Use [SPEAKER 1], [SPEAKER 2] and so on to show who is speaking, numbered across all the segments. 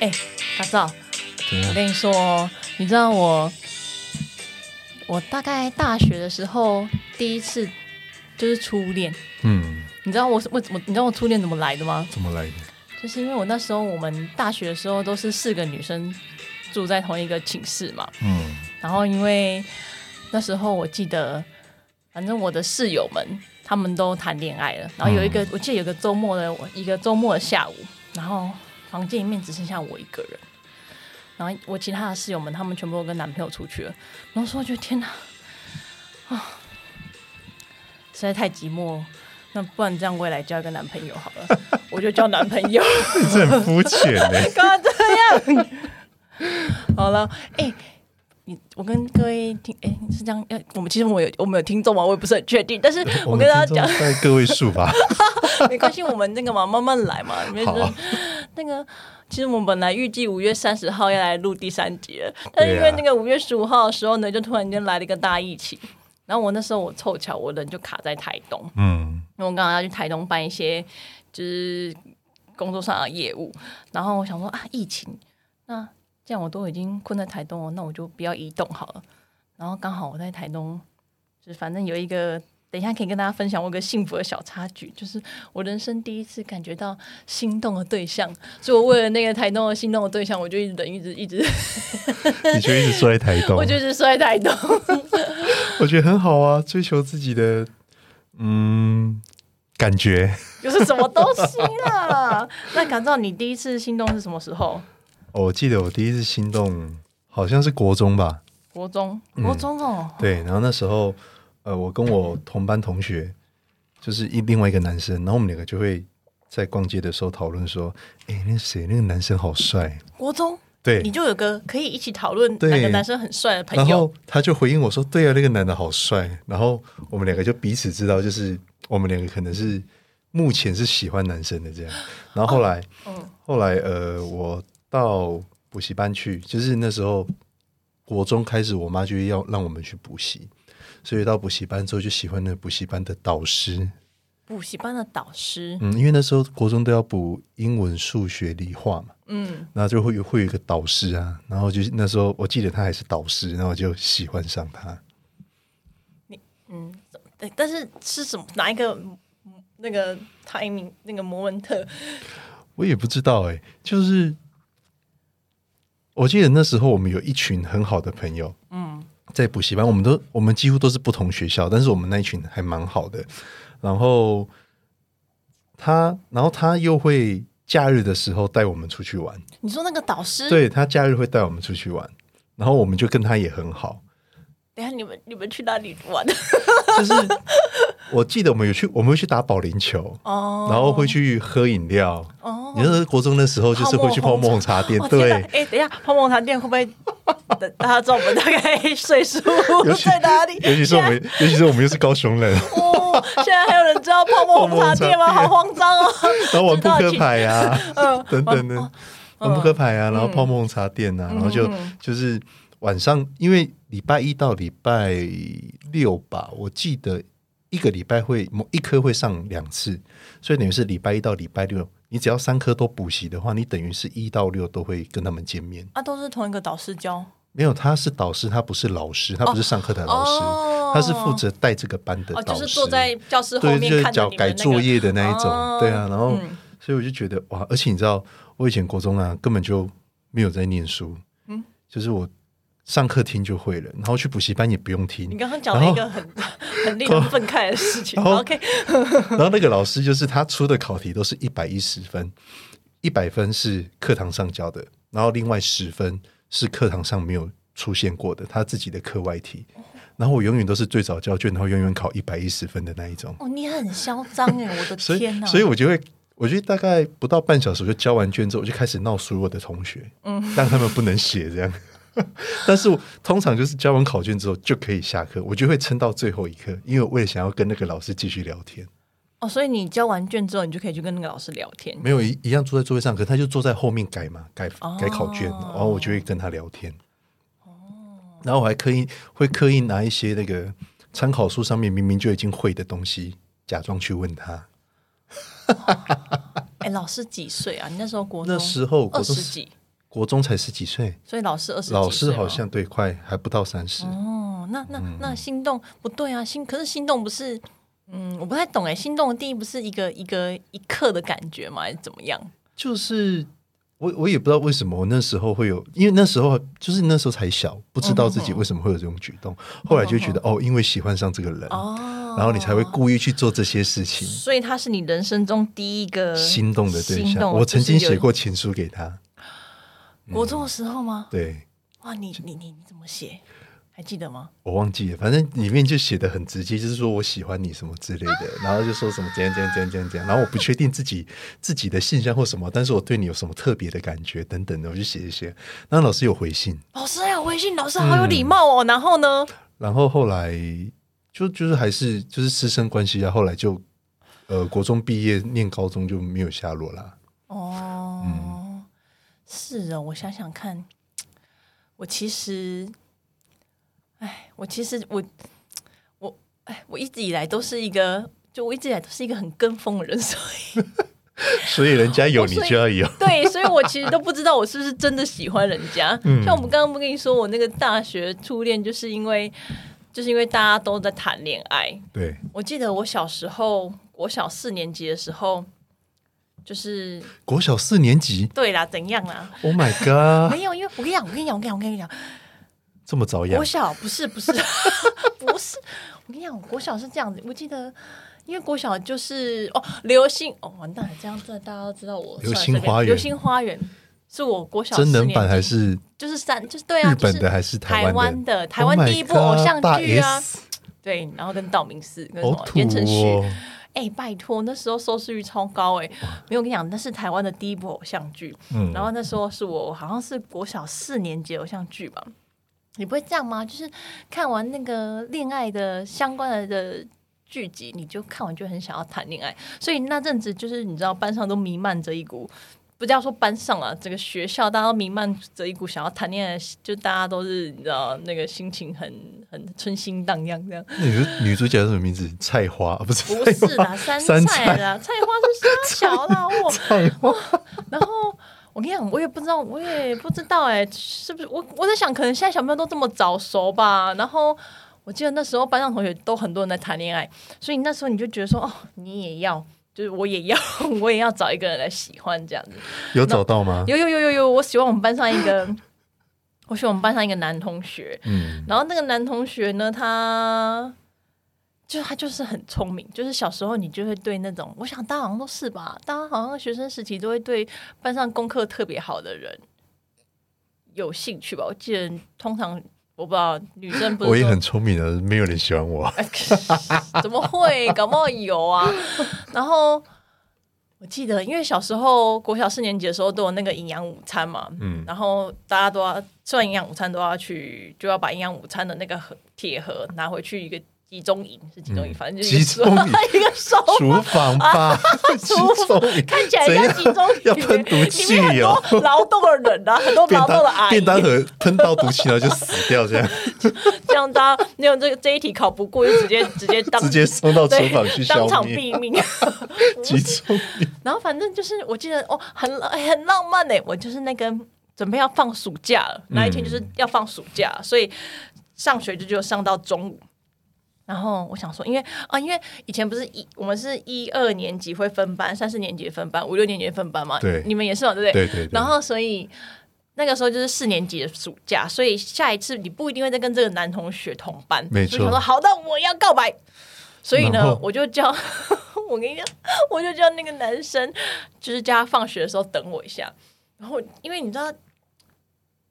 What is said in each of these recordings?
[SPEAKER 1] 哎、打造，
[SPEAKER 2] 怎
[SPEAKER 1] 我
[SPEAKER 2] 样？
[SPEAKER 1] 跟你说哦，你知道我，我大概大学的时候第一次就是初恋，
[SPEAKER 2] 嗯，
[SPEAKER 1] 你知道我是为什么？你知道我初恋怎么来的吗？
[SPEAKER 2] 怎么来的？
[SPEAKER 1] 就是因为我那时候我们大学的时候都是四个女生住在同一个寝室嘛，
[SPEAKER 2] 嗯
[SPEAKER 1] 然后因为那时候我记得，反正我的室友们他们都谈恋爱了，然后有一个、我记得有一个周末的我一个周末的下午，然后房间里面只剩下我一个人，然后我其他的室友们他们全部都跟男朋友出去了，然后说我觉得天哪，啊，啊实在太寂寞了。那不然这样，我也来交一个男朋友好了，我就交男朋友。
[SPEAKER 2] 这很肤浅的。
[SPEAKER 1] 干嘛这样？ 好了，哎、你我跟各位听，哎、是这样，哎、我们其实我有我们有听众吗？我也不是很确定，但是 我跟大家
[SPEAKER 2] 讲，在个位数 吧。
[SPEAKER 1] 讲，没关系，我们那个嘛，慢慢来嘛，没事
[SPEAKER 2] 好。
[SPEAKER 1] 那个，其实我们本来预计五月三十号要来录第三集了，但是因为那个五月十五号的时候呢，就突然间来了一个大疫情，然后我那时候我凑巧我人就卡在台东，
[SPEAKER 2] 嗯
[SPEAKER 1] 因为我刚好要去台东办一些就是工作上的业务，然后我想说啊，疫情，那既然我都已经困在台东了，那我就不要移动好了。然后刚好我在台东，就是反正有一个，等一下可以跟大家分享我一个幸福的小插曲，就是我人生第一次感觉到心动的对象，所以我为了那个台东的心动的对象，我就一直忍，一直一直，
[SPEAKER 2] 你就一直坐在台东，
[SPEAKER 1] 我就一直睡在台东。
[SPEAKER 2] 我觉得很好啊，追求自己的嗯感觉。
[SPEAKER 1] 又是什么东西啦？那感到你第一次心动是什么时候？
[SPEAKER 2] 哦我记得我第一次心动好像是国中吧，
[SPEAKER 1] 国中，国中哦，
[SPEAKER 2] 对，然后那时候呃，我跟我同班同学就是一另外一个男生，然后我们两个就会在逛街的时候讨论说，诶，那谁那个男生好帅，
[SPEAKER 1] 国中
[SPEAKER 2] 对
[SPEAKER 1] 你，就有个可以一起讨论
[SPEAKER 2] 对
[SPEAKER 1] 哪个男生很帅的
[SPEAKER 2] 然
[SPEAKER 1] 朋友，
[SPEAKER 2] 后他就回应我说，对啊，那个男的好帅，然后我们两个就彼此知道，就是我们两个可能是目前是喜欢男生的这样，然后后来、
[SPEAKER 1] 哦嗯，
[SPEAKER 2] 后来呃，我到补习班去，就是那时候国中开始，我妈就要让我们去补习，所以到补习班之后就喜欢那个补习班的导师。
[SPEAKER 1] 补习班的导师，
[SPEAKER 2] 嗯，因为那时候国中都要补英文、数学、理化嘛，
[SPEAKER 1] 嗯，
[SPEAKER 2] 那就会有会有一个导师啊，然后就是那时候我记得他还是导师，然后我就喜欢上他。
[SPEAKER 1] 对，但是是什么哪一个嗯那个 timing 那个摩文特
[SPEAKER 2] 我也不知道哎、就是我记得那时候我们有一群很好的朋友，嗯，在补习班，我们都我们几乎都是不同学校，但是我们那一群还蛮好的。然后他，然后他又会假日的时候带我们出去玩，
[SPEAKER 1] 你说那个导师，
[SPEAKER 2] 对他假日会带我们出去玩，然后我们就跟他也很好，
[SPEAKER 1] 等一下你们你们去哪里 玩？
[SPEAKER 2] 就是我记得我们有去，我们会去打保龄球，
[SPEAKER 1] 哦，
[SPEAKER 2] 然后会去喝饮料。
[SPEAKER 1] 哦
[SPEAKER 2] 你那国中的时候就是会去泡沫红茶店，
[SPEAKER 1] 哦天哪
[SPEAKER 2] 对，
[SPEAKER 1] 哎，等一下泡沫茶店会不会等大家知道我们大概岁数
[SPEAKER 2] 尤其
[SPEAKER 1] 在哪里？
[SPEAKER 2] 尤其是我们，尤其是我们又是 高雄人，
[SPEAKER 1] 哦，现在还有人知道泡沫红茶店吗？
[SPEAKER 2] 泡沫红
[SPEAKER 1] 好慌
[SPEAKER 2] 茶店
[SPEAKER 1] 张哦！
[SPEAKER 2] 然后玩扑克牌啊，
[SPEAKER 1] 嗯，
[SPEAKER 2] 等等的，玩扑克牌啊，然后泡沫红茶店
[SPEAKER 1] 嗯
[SPEAKER 2] 啊，然后就就是晚上，因为礼拜一到礼拜六吧，我记得一个礼拜会某一科会上两次，所以等于是礼拜一到礼拜六，你只要三科都补习的话，你等于是一到六都会跟他们见面。
[SPEAKER 1] 啊，都是同一个导师教。
[SPEAKER 2] 没有，他是导师，他不是老师，他不是上课的老师，
[SPEAKER 1] 哦
[SPEAKER 2] 他是负责带这个班的
[SPEAKER 1] 哦，
[SPEAKER 2] 导
[SPEAKER 1] 就
[SPEAKER 2] 师。
[SPEAKER 1] 是坐在教室后
[SPEAKER 2] 对，
[SPEAKER 1] 面
[SPEAKER 2] 就是
[SPEAKER 1] 看着
[SPEAKER 2] 脚
[SPEAKER 1] 你们
[SPEAKER 2] 改
[SPEAKER 1] 那个
[SPEAKER 2] 作业的那一种，
[SPEAKER 1] 哦
[SPEAKER 2] 对啊，然后、
[SPEAKER 1] 嗯
[SPEAKER 2] 所以我就觉得哇，而且你知道，我以前国中啊，根本就没有在念书，
[SPEAKER 1] 嗯
[SPEAKER 2] 就是我上课听就会了，然后去补习班也不用听
[SPEAKER 1] 你，刚刚讲了一个 很很令人愤慨的事情。
[SPEAKER 2] 然后
[SPEAKER 1] OK，
[SPEAKER 2] 然后那个老师就是他出的考题都是一百一十分，一百分是课堂上教的，然后另外十分是课堂上没有出现过的他自己的课外题，然后我永远都是最早交卷，然后永远考一百一十分的那一种。
[SPEAKER 1] 哦，你很嚣张哎，我的
[SPEAKER 2] 所
[SPEAKER 1] 天
[SPEAKER 2] 以，
[SPEAKER 1] 哪！
[SPEAKER 2] 所以我就会，我觉得大概不到半小时我就交完卷之后，我就开始闹所有的同学，嗯，让他们不能写这样。 但是我通常就是交完考卷之后就可以下课，我就会撑到最后一刻，因为我也想要跟那个老师继续聊天。
[SPEAKER 1] 哦，所以你交完卷之后，你就可以去跟那个老师聊天。
[SPEAKER 2] 没有一一样坐在座位上，可是他就坐在后面改嘛，改
[SPEAKER 1] 哦
[SPEAKER 2] 改考卷，然后我就会跟他聊天。然后我还刻意会刻意拿一些那个参考书上面明明就已经会的东西，假装去问他。
[SPEAKER 1] 哎，老师几岁啊？你那时候国中
[SPEAKER 2] 那时候国
[SPEAKER 1] 哦二
[SPEAKER 2] 中
[SPEAKER 1] 十几，
[SPEAKER 2] 国中才十几岁，
[SPEAKER 1] 所以老师二十，
[SPEAKER 2] 老师好像嗯对快还不到三十。
[SPEAKER 1] 哦，那那那心动不对啊，心可是心动不是，嗯，我不太懂哎，心动的定义不是一个一个一刻的感觉吗？还是怎么样？
[SPEAKER 2] 就是我我也不知道为什么我那时候会有，因为那时候就是那时候才小，不知道自己为什么会有这种举动。后来就觉得哦，因为喜欢上这个人，
[SPEAKER 1] 嗯哦，
[SPEAKER 2] 然后你才会故意去做这些事情。
[SPEAKER 1] 所以他是你人生中第一个
[SPEAKER 2] 心动的对
[SPEAKER 1] 心
[SPEAKER 2] 象，
[SPEAKER 1] 动
[SPEAKER 2] 我曾经
[SPEAKER 1] 就是有
[SPEAKER 2] 写过情书给他。
[SPEAKER 1] 国中的时候吗？
[SPEAKER 2] 对，
[SPEAKER 1] 哇，你你你你怎么写？还记得吗？
[SPEAKER 2] 我忘记了，反正里面就写的很直接，就是说我喜欢你什么之类的，然后就说什么怎样怎样怎样怎样怎样，然后我不确定自己自己的信箱或什么，但是我对你有什么特别的感觉等等的，我就写一写。那老师有回信，
[SPEAKER 1] 老师还有微信，老师好有礼貌哦。然后呢？
[SPEAKER 2] 然后后来就就是还是就是师生关系啊，后来就呃国中毕业念高中就没有下落啦。
[SPEAKER 1] 哦，是啊，我想想看，我其实，哎，我其实我我哎，我一直以来都是一个，就我一直以来都是一个很跟风的人， 所以
[SPEAKER 2] 所以人家有
[SPEAKER 1] 哦
[SPEAKER 2] 你
[SPEAKER 1] 所以
[SPEAKER 2] 就要有，
[SPEAKER 1] 对，所以我其实都不知道我是不是真的喜欢人家。像我们刚刚不跟你说，我那个大学初恋就是因为就是因为大家都在谈恋爱，
[SPEAKER 2] 对，
[SPEAKER 1] 我记得我小时候，我小四年级的时候，就是
[SPEAKER 2] 国小四年级
[SPEAKER 1] 对啦，怎样啦？
[SPEAKER 2] ，Oh my god，
[SPEAKER 1] 没有，因为我跟你讲，我跟你讲，我跟你讲，我跟你讲，
[SPEAKER 2] 这么早养
[SPEAKER 1] 国，小不是不 是不是，我跟你讲，国小是这样子，我记得。因为国小就是哦，流星哦，完蛋了，这样子大家都知道我。
[SPEAKER 2] 流
[SPEAKER 1] 算了
[SPEAKER 2] 星
[SPEAKER 1] 随便
[SPEAKER 2] 花园
[SPEAKER 1] 流星花园是我国小
[SPEAKER 2] 真
[SPEAKER 1] 四
[SPEAKER 2] 人
[SPEAKER 1] 年
[SPEAKER 2] 版
[SPEAKER 1] 级
[SPEAKER 2] 还是
[SPEAKER 1] 就是三，就是对啊，
[SPEAKER 2] 日本的
[SPEAKER 1] 就是
[SPEAKER 2] 还是台
[SPEAKER 1] 台
[SPEAKER 2] 湾
[SPEAKER 1] 湾的？台湾第一部偶像
[SPEAKER 2] Oh my god，
[SPEAKER 1] 剧
[SPEAKER 2] 大
[SPEAKER 1] 啊，
[SPEAKER 2] S
[SPEAKER 1] 对，然后跟道明寺跟什
[SPEAKER 2] 好
[SPEAKER 1] 么
[SPEAKER 2] 土
[SPEAKER 1] 言承旭，
[SPEAKER 2] 哦！
[SPEAKER 1] 哎、拜托，那时候收视率超高哎、没有我跟你讲，那是台湾的第一部偶像剧。
[SPEAKER 2] 嗯
[SPEAKER 1] 然后那时候是我好像是国小四年级偶像剧吧。你不会这样吗？就是看完那个恋爱的相关的剧集，你就看完就很想要谈恋爱，所以那阵子就是你知道班上都弥漫着一股。不叫说班上啊，整个学校大家都弥漫着一股想要谈恋爱的，就大家都是你知道那个心情很很春心荡漾这样。
[SPEAKER 2] 那女主女主角叫什么名字？菜花啊不是？
[SPEAKER 1] 不是啦，山
[SPEAKER 2] 菜花山
[SPEAKER 1] 菜啊啦， 菜花是 沙小啦，我
[SPEAKER 2] 菜 花，
[SPEAKER 1] 然后我跟你讲，我也不知道，我也不知道哎、是不是我我在想，可能现在小朋友都这么早熟吧。然后我记得那时候班上同学都很多人在谈恋爱，所以那时候你就觉得说，哦，你也要，就是我也要， 我也要找一个人来喜欢这样子。
[SPEAKER 2] 有找到吗？
[SPEAKER 1] 有有有有有，我喜欢我们班上一个， 我喜欢我们班上一个男同学，
[SPEAKER 2] 嗯，
[SPEAKER 1] 然后那个男同学呢，他就他就是很聪明，就是小时候你就会对那种，我想大家好像都是吧，大家好像学生时期都会对班上功课特别好的人有兴趣吧。我记得通常我不知道女生不是
[SPEAKER 2] 我也
[SPEAKER 1] 说
[SPEAKER 2] 很聪明的，没有人喜欢我。
[SPEAKER 1] 怎么会？搞不好有啊。然后我记得，因为小时候国小四年级的时候都有那个营养午餐嘛，
[SPEAKER 2] 嗯，
[SPEAKER 1] 然后大家都要吃完营养午餐都要去，就要把营养午餐的那个盒铁盒拿回去一个集中营，是集中营，
[SPEAKER 2] 嗯
[SPEAKER 1] 反正就是一个
[SPEAKER 2] 集 中营
[SPEAKER 1] 一个收
[SPEAKER 2] 厨房 吧，集中营
[SPEAKER 1] 啊看起来 像
[SPEAKER 2] 怎样
[SPEAKER 1] 集中营，
[SPEAKER 2] 要喷毒气
[SPEAKER 1] 里面
[SPEAKER 2] 哦
[SPEAKER 1] 很多劳动的人啊，很多
[SPEAKER 2] 便
[SPEAKER 1] 劳动的
[SPEAKER 2] 当
[SPEAKER 1] 阿姨
[SPEAKER 2] 便，当盒喷到毒气，然后就死 掉，这样
[SPEAKER 1] 这样大家没有这个这一题考不过，就直接直接当
[SPEAKER 2] 直接送到厨
[SPEAKER 1] 对
[SPEAKER 2] 房去消
[SPEAKER 1] 当场
[SPEAKER 2] 灭。
[SPEAKER 1] 毙命。
[SPEAKER 2] 集中 营
[SPEAKER 1] 然后反正就是我记得哦，很很浪漫呢。我就是那个准备要放暑假了，那一天就是要放暑假，所以上学就只有上到中午。然后我想说，因为啊，因为以前不是一我们是一二年级会分班，三四年级分班，五六年级分班嘛，
[SPEAKER 2] 对
[SPEAKER 1] 你们也是嘛，对不对？
[SPEAKER 2] 对对对
[SPEAKER 1] 然后所以。那个时候就是四年级的暑假，所以下一次你不一定会再跟这个男同学同班。
[SPEAKER 2] 没错
[SPEAKER 1] 就想说好，那我要告白。所以
[SPEAKER 2] 然
[SPEAKER 1] 呢
[SPEAKER 2] 后，
[SPEAKER 1] 我就叫 我跟你讲，我就叫那个男生，就是叫他放学的时候等我一下。然后，因为你知道，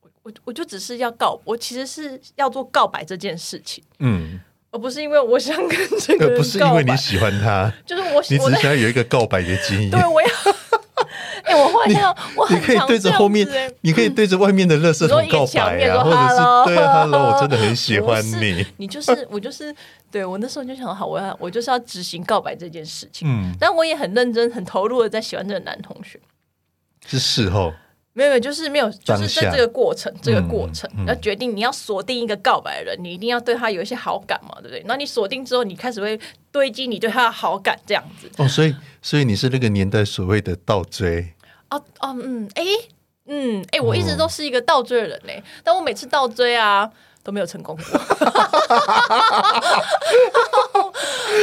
[SPEAKER 1] 我我我就只是要告，我其实是要做告白这件事情，
[SPEAKER 2] 嗯，
[SPEAKER 1] 而不是因为我想跟这个
[SPEAKER 2] 呃，
[SPEAKER 1] 人
[SPEAKER 2] 不是因
[SPEAKER 1] 告白，
[SPEAKER 2] 为你喜欢他，
[SPEAKER 1] 就是我
[SPEAKER 2] 你只
[SPEAKER 1] 我
[SPEAKER 2] 是
[SPEAKER 1] 在
[SPEAKER 2] 想要有一个告白的经
[SPEAKER 1] 对
[SPEAKER 2] 验。
[SPEAKER 1] 我要， 哎、我后来想想，我
[SPEAKER 2] 你
[SPEAKER 1] 很
[SPEAKER 2] 可以
[SPEAKER 1] 常
[SPEAKER 2] 对着
[SPEAKER 1] 这样
[SPEAKER 2] 后面
[SPEAKER 1] 子哎，
[SPEAKER 2] 你可以对着外面的垃圾
[SPEAKER 1] 你说
[SPEAKER 2] 桶
[SPEAKER 1] 一个
[SPEAKER 2] 告
[SPEAKER 1] 墙
[SPEAKER 2] 白
[SPEAKER 1] 面
[SPEAKER 2] 啊，
[SPEAKER 1] 说
[SPEAKER 2] 或者是对
[SPEAKER 1] “Hello
[SPEAKER 2] ，Hello，我真的很喜欢
[SPEAKER 1] 不
[SPEAKER 2] 你
[SPEAKER 1] 是。你就是我就是对我那时候就想好，我要我就是要执行告白这件事情。
[SPEAKER 2] 嗯，
[SPEAKER 1] 但我也很认真、很投入的在喜欢这个男同学，
[SPEAKER 2] 是事后，哦
[SPEAKER 1] 没有没有，就是没有，就
[SPEAKER 2] 当
[SPEAKER 1] 是在
[SPEAKER 2] 下
[SPEAKER 1] 这个过程，这个过程、
[SPEAKER 2] 嗯
[SPEAKER 1] 要决定你要锁定一个告白的人，你一定要对他有一些好感嘛，对不对？然后你锁定之后，你开始会堆积你对他的好感，这样子。
[SPEAKER 2] 哦，所以所以你是那个年代所谓的倒追，
[SPEAKER 1] 哦哦嗯，哎、嗯，哎、我一直都是一个倒追的人嘞、但我每次倒追啊都没有成功过。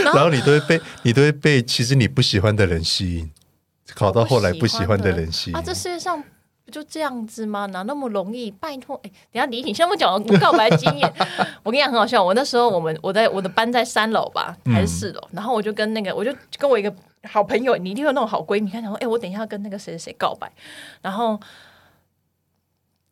[SPEAKER 2] 然后你都会被你都会被其实你不喜欢的人吸引，考到后来不喜欢的人吸引。
[SPEAKER 1] 啊，这世界上不就这样子吗？哪那么容易？拜托，哎、等一下李你先不讲我告白经验。 我跟你讲很好笑，我那时候我们我在我的班在三楼吧，
[SPEAKER 2] 嗯
[SPEAKER 1] 还是四楼，然后我就跟那个我就跟我一个好朋友，你一定有那种好闺蜜，她讲说，哎、我等一下要跟那个谁谁谁告白，然后。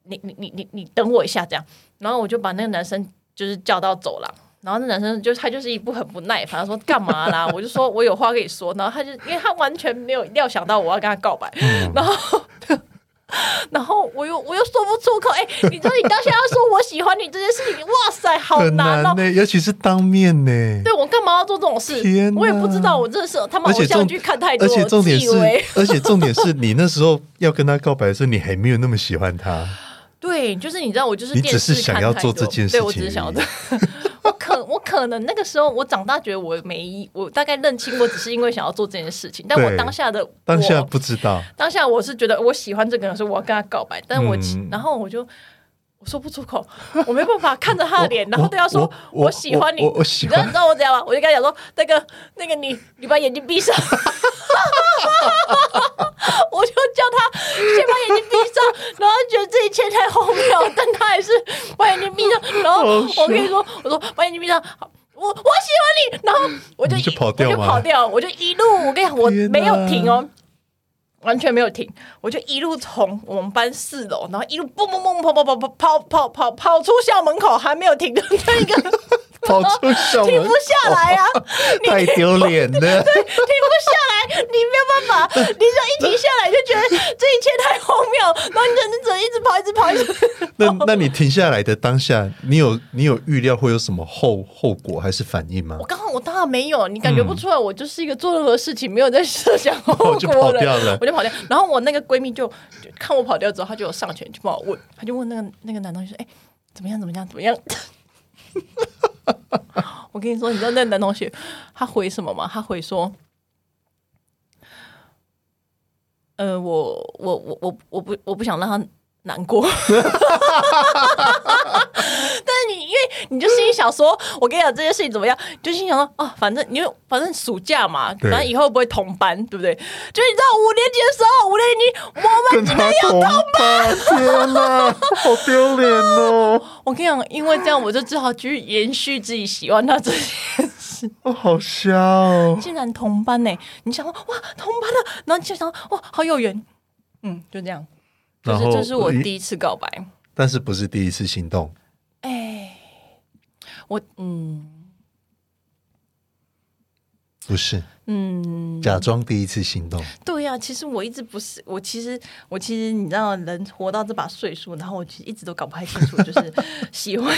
[SPEAKER 1] 你你你你你等我一下，这样，然后我就把那个男生就是叫到走廊，然后那男生就他就是一副很不耐烦，他说干嘛啦？我就说我有话跟你说，然后他就因为他完全没有料想到我要跟他告白，
[SPEAKER 2] 嗯
[SPEAKER 1] 然后。然后我又我又说不出口，哎、你知道你到现在要说我喜欢你这件事情，哇塞，好
[SPEAKER 2] 很
[SPEAKER 1] 难哦！
[SPEAKER 2] 呢、尤其是当面呢、
[SPEAKER 1] 对我干嘛要做这种事
[SPEAKER 2] 天？哪
[SPEAKER 1] 我也不知道，我认识他妈
[SPEAKER 2] 而
[SPEAKER 1] 偶
[SPEAKER 2] 且
[SPEAKER 1] 像
[SPEAKER 2] 重
[SPEAKER 1] 剧看太多，
[SPEAKER 2] 而且重点是
[SPEAKER 1] 自以为，
[SPEAKER 2] 而且重点是你那时候要跟他告白的时候，你还没有那么喜欢他，
[SPEAKER 1] 对，就是你知道，我就是
[SPEAKER 2] 你
[SPEAKER 1] 电
[SPEAKER 2] 只
[SPEAKER 1] 视
[SPEAKER 2] 是
[SPEAKER 1] 看
[SPEAKER 2] 想要
[SPEAKER 1] 太
[SPEAKER 2] 做
[SPEAKER 1] 多
[SPEAKER 2] 这件
[SPEAKER 1] 对
[SPEAKER 2] 事
[SPEAKER 1] 我只
[SPEAKER 2] 情
[SPEAKER 1] 是想要
[SPEAKER 2] 而
[SPEAKER 1] 做
[SPEAKER 2] 已。
[SPEAKER 1] 我可我可能那个时候我长大觉得我没意，我大概认清我只是因为想要做这件事情，但我
[SPEAKER 2] 对
[SPEAKER 1] 当下的我
[SPEAKER 2] 当下不知 道，
[SPEAKER 1] 当下我是觉得我喜欢这个人，所以我要跟他告白，但我、
[SPEAKER 2] 嗯
[SPEAKER 1] 然后我就我说不出口，我没办法看着他的脸，然后对他说
[SPEAKER 2] 我我
[SPEAKER 1] 喜欢你，
[SPEAKER 2] 我我我喜欢
[SPEAKER 1] 你知道你知道我怎样吗？我就跟他讲说那个那个你你把眼睛闭上。 我就叫他先把眼睛闭上，然后觉得自己前台荒谬，但他还是把眼睛闭上。然后我跟你说，我说把眼睛闭上，好我我喜欢你，然后我就
[SPEAKER 2] 你就
[SPEAKER 1] 一
[SPEAKER 2] 跑掉
[SPEAKER 1] 我就
[SPEAKER 2] 吗
[SPEAKER 1] 跑掉，我就一路我跟你讲，我
[SPEAKER 2] 天哪
[SPEAKER 1] 没有停哦。完全没有停，我就一路从我们班四楼，然后一路蹦蹦蹦跑跑跑跑跑跑跑跑出校门口，还没有停的 那 个
[SPEAKER 2] 跑出校
[SPEAKER 1] 停
[SPEAKER 2] 门
[SPEAKER 1] 不下来啊！
[SPEAKER 2] 太丢 脸了。
[SPEAKER 1] 停不下来，你没有办法，你只要一停下来就觉得这一切太荒谬，然后你只能只能一直跑，一直跑，一直
[SPEAKER 2] 那那你停下来的当下，你有你有预料会有什么后后果还是反应吗
[SPEAKER 1] 我？刚好我当然没有，你感觉不出来，我就是一个做任何事情没有在设想后果的，
[SPEAKER 2] 我就跑掉了
[SPEAKER 1] 我就跑掉。然后我那个闺蜜就就看我跑掉之后，她就有上前去帮我问，她就问那个那个男同学说：“哎、怎么样？怎么样？怎么样？” 我跟你说，你知道那个男同学他回什么吗？他回说：“呃，我我我我我不我不想让他难过。” 但是你因为你就心里想说，我跟你讲这件事情怎么样，就心想说啊，反正因为反正暑假嘛，
[SPEAKER 2] 对
[SPEAKER 1] 反正以后不会同班，对不对？就你知道五年级的时候，五年级我们
[SPEAKER 2] 跟他同吧，天哪，好丢脸哦！
[SPEAKER 1] 我跟你讲，因为这样我就只好继续延续自己喜欢他这件事。
[SPEAKER 2] 我好瞎哦！
[SPEAKER 1] 竟然同班呢、你想说哇同班了，然后你就想说哇好有缘，嗯，就这样，就
[SPEAKER 2] 然
[SPEAKER 1] 是
[SPEAKER 2] 后
[SPEAKER 1] 这是我
[SPEAKER 2] 一
[SPEAKER 1] 第一次告白，
[SPEAKER 2] 但是不是第一次行动？
[SPEAKER 1] 哎，我嗯
[SPEAKER 2] 不是，
[SPEAKER 1] 嗯。
[SPEAKER 2] 假装第一次行动。
[SPEAKER 1] 对呀、其实我一直不是，我其实我其实你知道，人活到这把岁数，然后我其实一直都搞不太清楚，就是 喜欢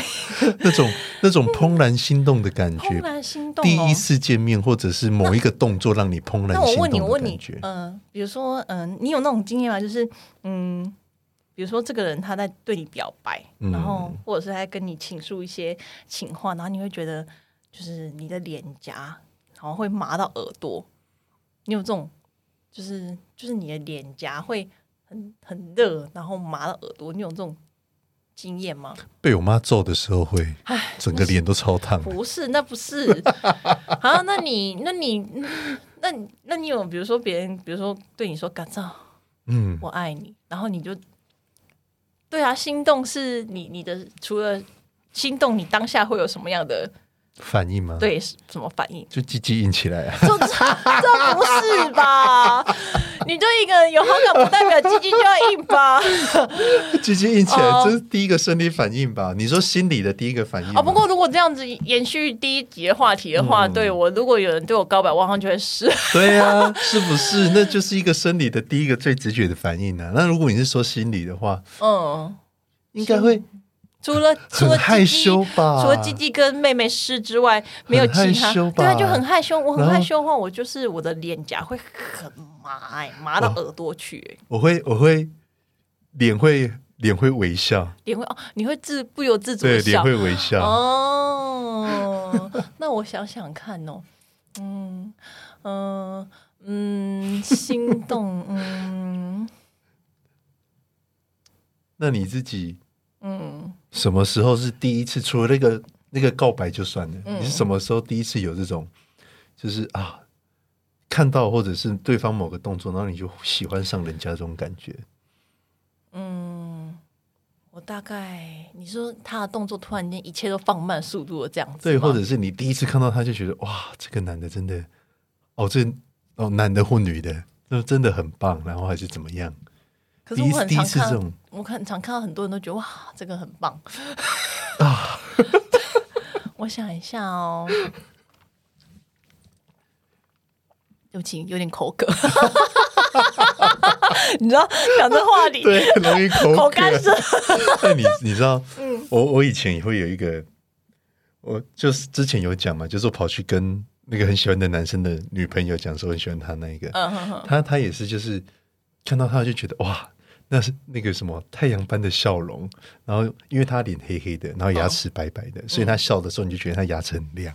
[SPEAKER 2] 那种那种怦然心动的感
[SPEAKER 1] 怦
[SPEAKER 2] 觉，
[SPEAKER 1] 然心动、哦。
[SPEAKER 2] 第一次见面或者是某一个动作让你怦然
[SPEAKER 1] 那我
[SPEAKER 2] 心
[SPEAKER 1] 问你，我
[SPEAKER 2] 动的
[SPEAKER 1] 问
[SPEAKER 2] 感
[SPEAKER 1] 你
[SPEAKER 2] 觉，，
[SPEAKER 1] 嗯、比如说，嗯、你有那种经验吗？就是，嗯，比如说这个人他在对你表白，
[SPEAKER 2] 嗯
[SPEAKER 1] 然后或者是在跟你倾诉一些情话，然后你会觉得就是你的脸颊，然后会麻到耳朵，你有这种，就是就是你的脸颊会很很热，然后麻到耳朵，你有这种经验 吗？
[SPEAKER 2] 被我妈揍的时候会，整个脸都超烫的。
[SPEAKER 1] 不是，那不是 啊？那你那你那你那你有比如说别人，比如说对你说“感造”。
[SPEAKER 2] 嗯，
[SPEAKER 1] 我爱你，然后你就对啊，心动是你你的除了心动，你当下会有什么样的
[SPEAKER 2] 反应吗？，
[SPEAKER 1] 对什么反应？
[SPEAKER 2] 就鸡鸡硬起来啊！
[SPEAKER 1] 这这这不是吧？你对一个人有好感，不代表鸡鸡就要硬吧？
[SPEAKER 2] 鸡鸡硬起来，
[SPEAKER 1] 哦
[SPEAKER 2] 这是第一个生理反应吧？你说心理的第一个反应吗
[SPEAKER 1] 哦，不过如果这样子延续第一集的话题的
[SPEAKER 2] 嗯
[SPEAKER 1] 话，对我如果有人对我告白，我好像就会是
[SPEAKER 2] 对啊， 是不是？那就是一个生理的第一个最直觉的反应啊。那如果你是说心理的话，
[SPEAKER 1] 嗯，
[SPEAKER 2] 应该会
[SPEAKER 1] 除了除了
[SPEAKER 2] 很害
[SPEAKER 1] 鸡鸡
[SPEAKER 2] 羞吧？
[SPEAKER 1] 除了鸡鸡跟妹妹湿之外，没有其
[SPEAKER 2] 啊很
[SPEAKER 1] 他
[SPEAKER 2] 害羞。
[SPEAKER 1] 对啊，
[SPEAKER 2] 吧
[SPEAKER 1] 就很害羞。我很
[SPEAKER 2] 然后
[SPEAKER 1] 害羞的话，我就是我的脸颊会很麻、哎，麻到耳朵去、哎
[SPEAKER 2] 我会我会脸会脸会微笑，
[SPEAKER 1] 脸会哦，你会自不由自主
[SPEAKER 2] 对，
[SPEAKER 1] 的
[SPEAKER 2] 脸
[SPEAKER 1] 笑
[SPEAKER 2] 会啊微笑。
[SPEAKER 1] 哦。 那我想想看哦，嗯呃嗯嗯，心动，嗯
[SPEAKER 2] 那你自己
[SPEAKER 1] 嗯，
[SPEAKER 2] 什么时候是第一次？除了那个那个告白就算了，
[SPEAKER 1] 嗯
[SPEAKER 2] 你是什么时候第一次有这种，就是啊，看到或者是对方某个动作，然后你就喜欢上人家这种感觉？
[SPEAKER 1] 嗯我大概你说他的动作突然间一切都放慢速度的这样子吗，
[SPEAKER 2] 对，或者是你第一次看到他就觉得哇，这个男的真的，哦，这哦男的或女的，那真的很棒，然后还是怎么样？
[SPEAKER 1] 可是我
[SPEAKER 2] 第一
[SPEAKER 1] 很
[SPEAKER 2] 第一
[SPEAKER 1] 常
[SPEAKER 2] 次这
[SPEAKER 1] 看到，
[SPEAKER 2] 种
[SPEAKER 1] 我很常看到很多人都觉得哇，这个很棒
[SPEAKER 2] 啊
[SPEAKER 1] 我想一下哦，对不起，有点口 渴。你知道讲这话里
[SPEAKER 2] 对， 容易口
[SPEAKER 1] 口
[SPEAKER 2] 渴。
[SPEAKER 1] 干舌，
[SPEAKER 2] 但你你知道，
[SPEAKER 1] 嗯
[SPEAKER 2] 我我以前也会有一个，我就是之前有讲嘛，就是我跑去跟那个很喜欢的男生的女朋友讲说很喜欢他那一个，
[SPEAKER 1] 嗯哼哼
[SPEAKER 2] 他他也是就是看到他就觉得哇，那是那个什么太阳般的笑容，然后因为他脸黑黑的，然后牙齿白白
[SPEAKER 1] 嗯
[SPEAKER 2] 的，所以他笑的时候你就觉得他牙齿很亮，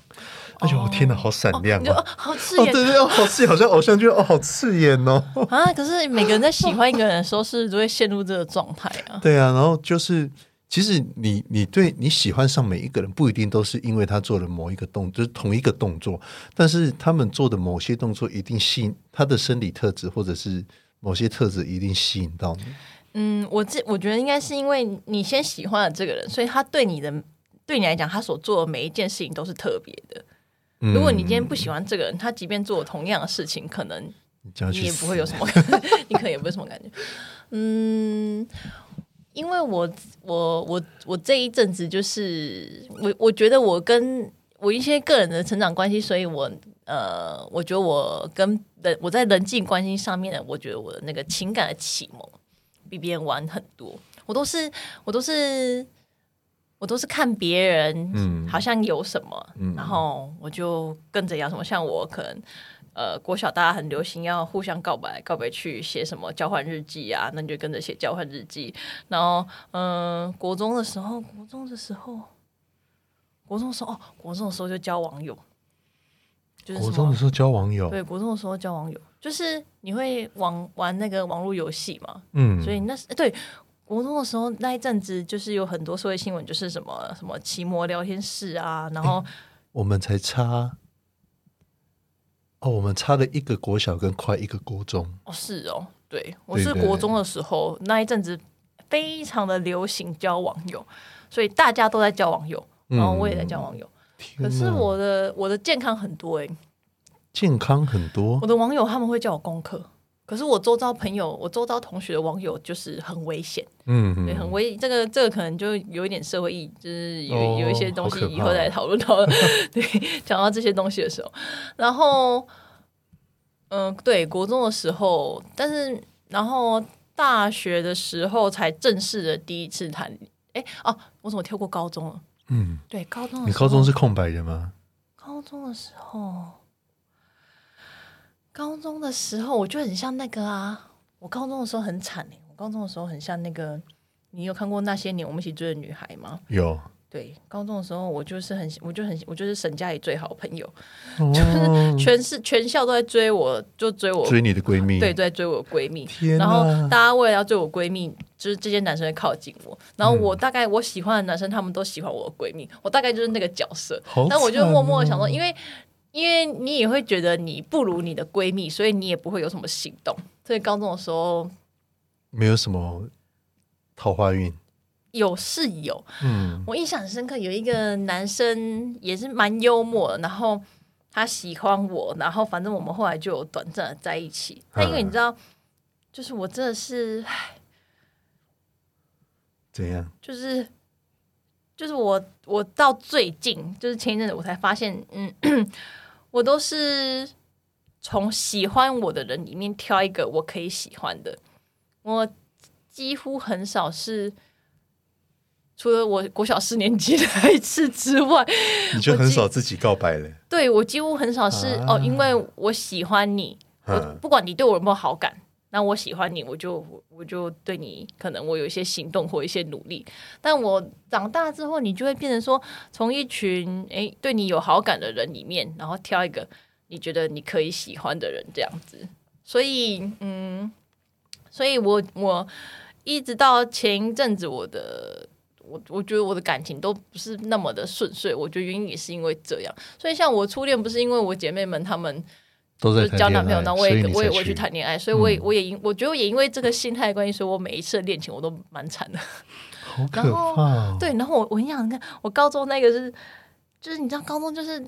[SPEAKER 2] 他就我天哪，好闪亮
[SPEAKER 1] 你就
[SPEAKER 2] 哦！
[SPEAKER 1] 哦好刺
[SPEAKER 2] 哦，
[SPEAKER 1] 眼
[SPEAKER 2] 对对，哦，好刺眼，好像偶像剧哦，好刺眼哦。
[SPEAKER 1] 啊！可是每个人在喜欢一个人的时候，是都会陷入这个状态 啊。
[SPEAKER 2] 对啊，然后就是，其实你你对你喜欢上每一个人，不一定都是因为他做了某一个动，就是同一个动作，但是他们做的某些动作一定吸引他的生理特质，或者是某些特质一定吸引到你。
[SPEAKER 1] 嗯，我这我觉得应该是因为你先喜欢了这个人，所以他对你的对你来讲，他所做的每一件事情都是特别的。
[SPEAKER 2] 嗯
[SPEAKER 1] 如果你今天不喜欢这个人，他即便做同样的事情，可能
[SPEAKER 2] 你就要
[SPEAKER 1] 你
[SPEAKER 2] 去
[SPEAKER 1] 也不会
[SPEAKER 2] 死
[SPEAKER 1] 有什么感觉， 你可能也不会什么感觉。嗯，因为我我我我这一阵子就是我我觉得我跟我一些个人的成长关系，所以我呃，我觉得我跟人我在人际关系上面，我觉得我的那个情感的启蒙比别人晚很多。我都是我都是我都是看别人，
[SPEAKER 2] 嗯
[SPEAKER 1] 好像有什么，然后我就跟着要什么。像我可能呃，国小大家很流行要互相告白，告白去写什么交换日记啊，那你就跟着写交换日记。然后嗯、呃国中的时候，国中的时候，国中的时候哦，国中的时候就交网友。就是什
[SPEAKER 2] 国
[SPEAKER 1] 么
[SPEAKER 2] 中的时候交网友，
[SPEAKER 1] 对，国中的时候交网友，就是你会网玩那个网络游戏嘛，
[SPEAKER 2] 嗯，
[SPEAKER 1] 所以那是对国中的时候那一阵子，就是有很多社会新闻，就是什么什么奇摩聊天室啊，然后
[SPEAKER 2] 我们才差哦，我们差了一个国小跟快一个国中，
[SPEAKER 1] 哦是哦，对我
[SPEAKER 2] 对
[SPEAKER 1] 是
[SPEAKER 2] 对
[SPEAKER 1] 国中的时候那一阵子非常的流行交网友，所以大家都在交网友，然后我
[SPEAKER 2] 嗯
[SPEAKER 1] 也在交网友，
[SPEAKER 2] 天
[SPEAKER 1] 可是
[SPEAKER 2] 哪
[SPEAKER 1] 我的我的健康很多诶、欸
[SPEAKER 2] 健康很多
[SPEAKER 1] 我的网友他们会叫我功课。可是我周遭朋友，我周遭同学的网友就是很危险，
[SPEAKER 2] 嗯，
[SPEAKER 1] 对，很危，这个这个可能就有一点社会意义，就是有、
[SPEAKER 2] 哦
[SPEAKER 1] 有一些东西
[SPEAKER 2] 好可怕
[SPEAKER 1] 以后再讨论到， 对，讲到这些东西的时候，然后，嗯、对，国中的时候，但是然后大学的时候才正式的第一次谈，哎，哦、我怎么跳过高中了？
[SPEAKER 2] 嗯，
[SPEAKER 1] 对，高中的
[SPEAKER 2] 你
[SPEAKER 1] 时
[SPEAKER 2] 高中
[SPEAKER 1] 候
[SPEAKER 2] 是空白的吗？
[SPEAKER 1] 高中的时候，高中的时候我就很像那个啊，我高中的时候很惨哎、我高中的时候很像那个，你有看过那些年我们一起追的女孩吗？
[SPEAKER 2] 有
[SPEAKER 1] 对，高中的时候我就是很，我就很，我就是沈佳宜最好的朋友，
[SPEAKER 2] 哦，
[SPEAKER 1] 全是全校都在追我，就追我，
[SPEAKER 2] 追你的闺蜜，
[SPEAKER 1] 对，都在追我闺蜜。
[SPEAKER 2] 天啊
[SPEAKER 1] 然后
[SPEAKER 2] 哪，
[SPEAKER 1] 大家为了要追我闺蜜，就是这些男生会靠近我，然后我大概我喜欢的男生他们都喜欢我的闺蜜，我大概就是那个角色。
[SPEAKER 2] 好哦
[SPEAKER 1] 但我就默默地想说，
[SPEAKER 2] 为
[SPEAKER 1] 因为因为你也会觉得你不如你的闺蜜，所以你也不会有什么行动。所以高中的时候
[SPEAKER 2] 没有什么桃花运，
[SPEAKER 1] 有是有，
[SPEAKER 2] 嗯，
[SPEAKER 1] 我印象很深刻，有一个男生也是蛮幽默的，然后他喜欢我，然后反正我们后来就有短暂的在一起。但因为你知道，就是我真的是
[SPEAKER 2] 怎样？
[SPEAKER 1] 就是就是我我到最近就是前一阵子我才发现，嗯， 我都是从喜欢我的人里面挑一个我可以喜欢的，我几乎很少是。除了我国小四年级的那一次之外，
[SPEAKER 2] 你就
[SPEAKER 1] 我记
[SPEAKER 2] 很少自己告白了，
[SPEAKER 1] 对我几乎很少是、
[SPEAKER 2] 啊
[SPEAKER 1] 哦，因为我喜欢你，我
[SPEAKER 2] 嗯，
[SPEAKER 1] 不管你对我有没有好感，那我喜欢你，我就我我就对你可能我有一些行动或一些努力。但我长大之后，你就会变成说，从一群诶对你有好感的人里面，然后挑一个你觉得你可以喜欢的人这样子。所以，嗯，所以我我一直到前一阵子，我的我我觉得我的感情都不是那么的顺遂，我觉得原因也是因为这样。所以像我初恋，不是因为我姐妹们她们
[SPEAKER 2] 都
[SPEAKER 1] 就
[SPEAKER 2] 在
[SPEAKER 1] 是
[SPEAKER 2] 谈
[SPEAKER 1] 交男
[SPEAKER 2] 恋
[SPEAKER 1] 朋友，
[SPEAKER 2] 爱
[SPEAKER 1] 那我也
[SPEAKER 2] 所以你
[SPEAKER 1] 我也
[SPEAKER 2] 才嗯
[SPEAKER 1] 我也去谈恋爱，所以我也我也因我觉得也因为这个心态的关系，所以我每一次的恋情我都蛮惨 的。
[SPEAKER 2] 好可
[SPEAKER 1] 然
[SPEAKER 2] 怕
[SPEAKER 1] 后
[SPEAKER 2] 哦。
[SPEAKER 1] 对，然后我我跟你讲，你看我高中那个是，就是你知道高中就是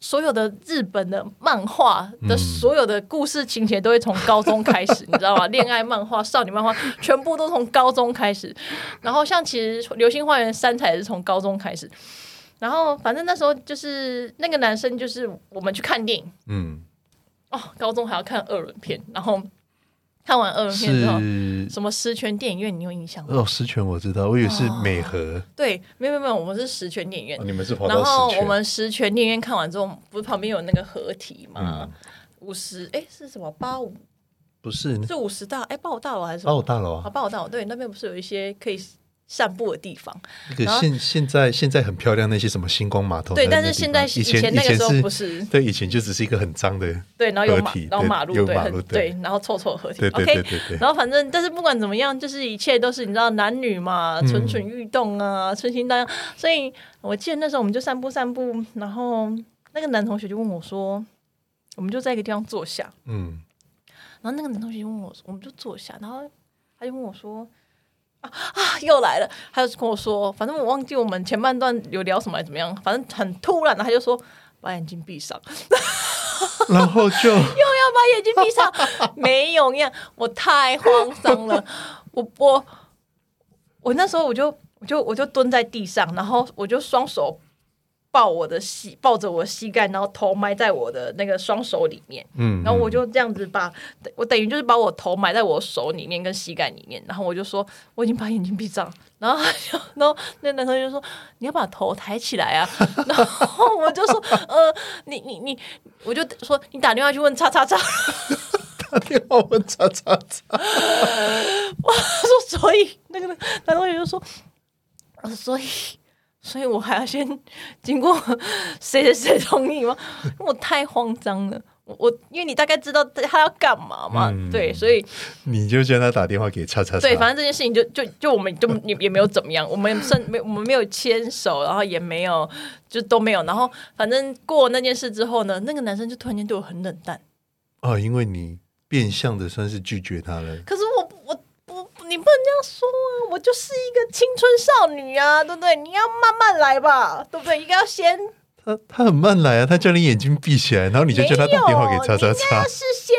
[SPEAKER 1] 所有的日本的漫画的
[SPEAKER 2] 嗯
[SPEAKER 1] 所有的故事情节都会从高中开始，你知 道吗？恋爱漫画、少女漫画全部都从高中开始。然后像其实《流星花园》三彩也是从高中开始。然后反正那时候就是那个男生，就是我们去看电影
[SPEAKER 2] 嗯，
[SPEAKER 1] 哦，高中还要看二轮片，然后看完二轮片之后，
[SPEAKER 2] 是
[SPEAKER 1] 什么十全电影院，你有印象吗？
[SPEAKER 2] 哦，十全我知道，我以为
[SPEAKER 1] 哦
[SPEAKER 2] 是美和，
[SPEAKER 1] 对，没有没有没有，我们是十全电影院
[SPEAKER 2] 哦，你们是跑
[SPEAKER 1] 然
[SPEAKER 2] 到
[SPEAKER 1] 后
[SPEAKER 2] 十
[SPEAKER 1] 我
[SPEAKER 2] 全，
[SPEAKER 1] 们十全电影院看完之后，不是旁边有那个合体
[SPEAKER 2] 嗯
[SPEAKER 1] 嘛？五十哎是什么八五
[SPEAKER 2] 不是
[SPEAKER 1] 是五十大哎八五大楼还是什
[SPEAKER 2] 把
[SPEAKER 1] 么？
[SPEAKER 2] 我大楼
[SPEAKER 1] 啊
[SPEAKER 2] 啊，
[SPEAKER 1] 八五大楼对，那边不是有一些可以散步的地方？
[SPEAKER 2] 那个
[SPEAKER 1] 然后
[SPEAKER 2] 现现在现在很漂亮，那些什么星光码头那
[SPEAKER 1] 对，
[SPEAKER 2] 个地方，
[SPEAKER 1] 但是现在
[SPEAKER 2] 以
[SPEAKER 1] 前
[SPEAKER 2] 以
[SPEAKER 1] 那个
[SPEAKER 2] 前
[SPEAKER 1] 时候
[SPEAKER 2] 是
[SPEAKER 1] 不是
[SPEAKER 2] 对，以前就只是一个很脏的，
[SPEAKER 1] 对，然后有
[SPEAKER 2] 合
[SPEAKER 1] 马
[SPEAKER 2] 体，
[SPEAKER 1] 然后
[SPEAKER 2] 对
[SPEAKER 1] 马路
[SPEAKER 2] 有
[SPEAKER 1] 对
[SPEAKER 2] 马
[SPEAKER 1] 很
[SPEAKER 2] 路对
[SPEAKER 1] 对，然后臭臭的合体
[SPEAKER 2] 对对对
[SPEAKER 1] OK。
[SPEAKER 2] 对对，
[SPEAKER 1] 然后反正，但是不管怎么样，就是一切都是你知道男女嘛，
[SPEAKER 2] 嗯
[SPEAKER 1] 蠢蠢欲动啊，春心荡漾。所以我记得那时候我们就散步散步，然后那个男同学就问我说，我们就在一个地方坐下，
[SPEAKER 2] 嗯，
[SPEAKER 1] 然后那个男同学就问我，我们就坐下，然后他就问我说：“啊啊，又来了！”他就跟我说，反正我忘记我们前半段有聊什么，还是怎么样，反正很突然的，他就说。把眼睛闭上，
[SPEAKER 2] 然后就
[SPEAKER 1] 要把眼睛闭上，没有样，我太慌张了， 我我我那时候我就我就我就蹲在地上，然后我就双手抱我的膝，抱着我的膝盖，然后头埋在我的那个双手里面，
[SPEAKER 2] 嗯，
[SPEAKER 1] 然后我就这样子把，我等于就是把我头埋在我手里面跟膝盖里面，然后我就说我已经把眼睛闭上，然后他就， 然后那男生就说你要把头抬起来啊， 然后我就说呃，你你你，我就说你打电话去问叉叉叉，
[SPEAKER 2] 打电话问叉叉叉，
[SPEAKER 1] 他说所以那个男同学就说，呃所以所以我还要先经过谁谁谁同意吗？因为我太慌张了。我我因为你大概知道他要干嘛嘛，
[SPEAKER 2] 嗯
[SPEAKER 1] 对，所以
[SPEAKER 2] 你就叫他打电话给叉叉叉，
[SPEAKER 1] 对，反正这件事情就就就我们就 也也没有怎么样，我们甚没我们没有牵手，然后也没有就都没有，然后反正过那件事之后呢，那个男生就突然间对我很冷淡，
[SPEAKER 2] 哦，因为你变相的算是拒绝他了，
[SPEAKER 1] 可是我我不你不能这样说啊，我就是一个青春少女啊，对不对？你要慢慢来吧，对不对？应该要先
[SPEAKER 2] 他他很慢来啊，他叫你眼睛闭起来，然后你就叫他打电话给叉叉
[SPEAKER 1] 没有你应该
[SPEAKER 2] 叉
[SPEAKER 1] 要，是先。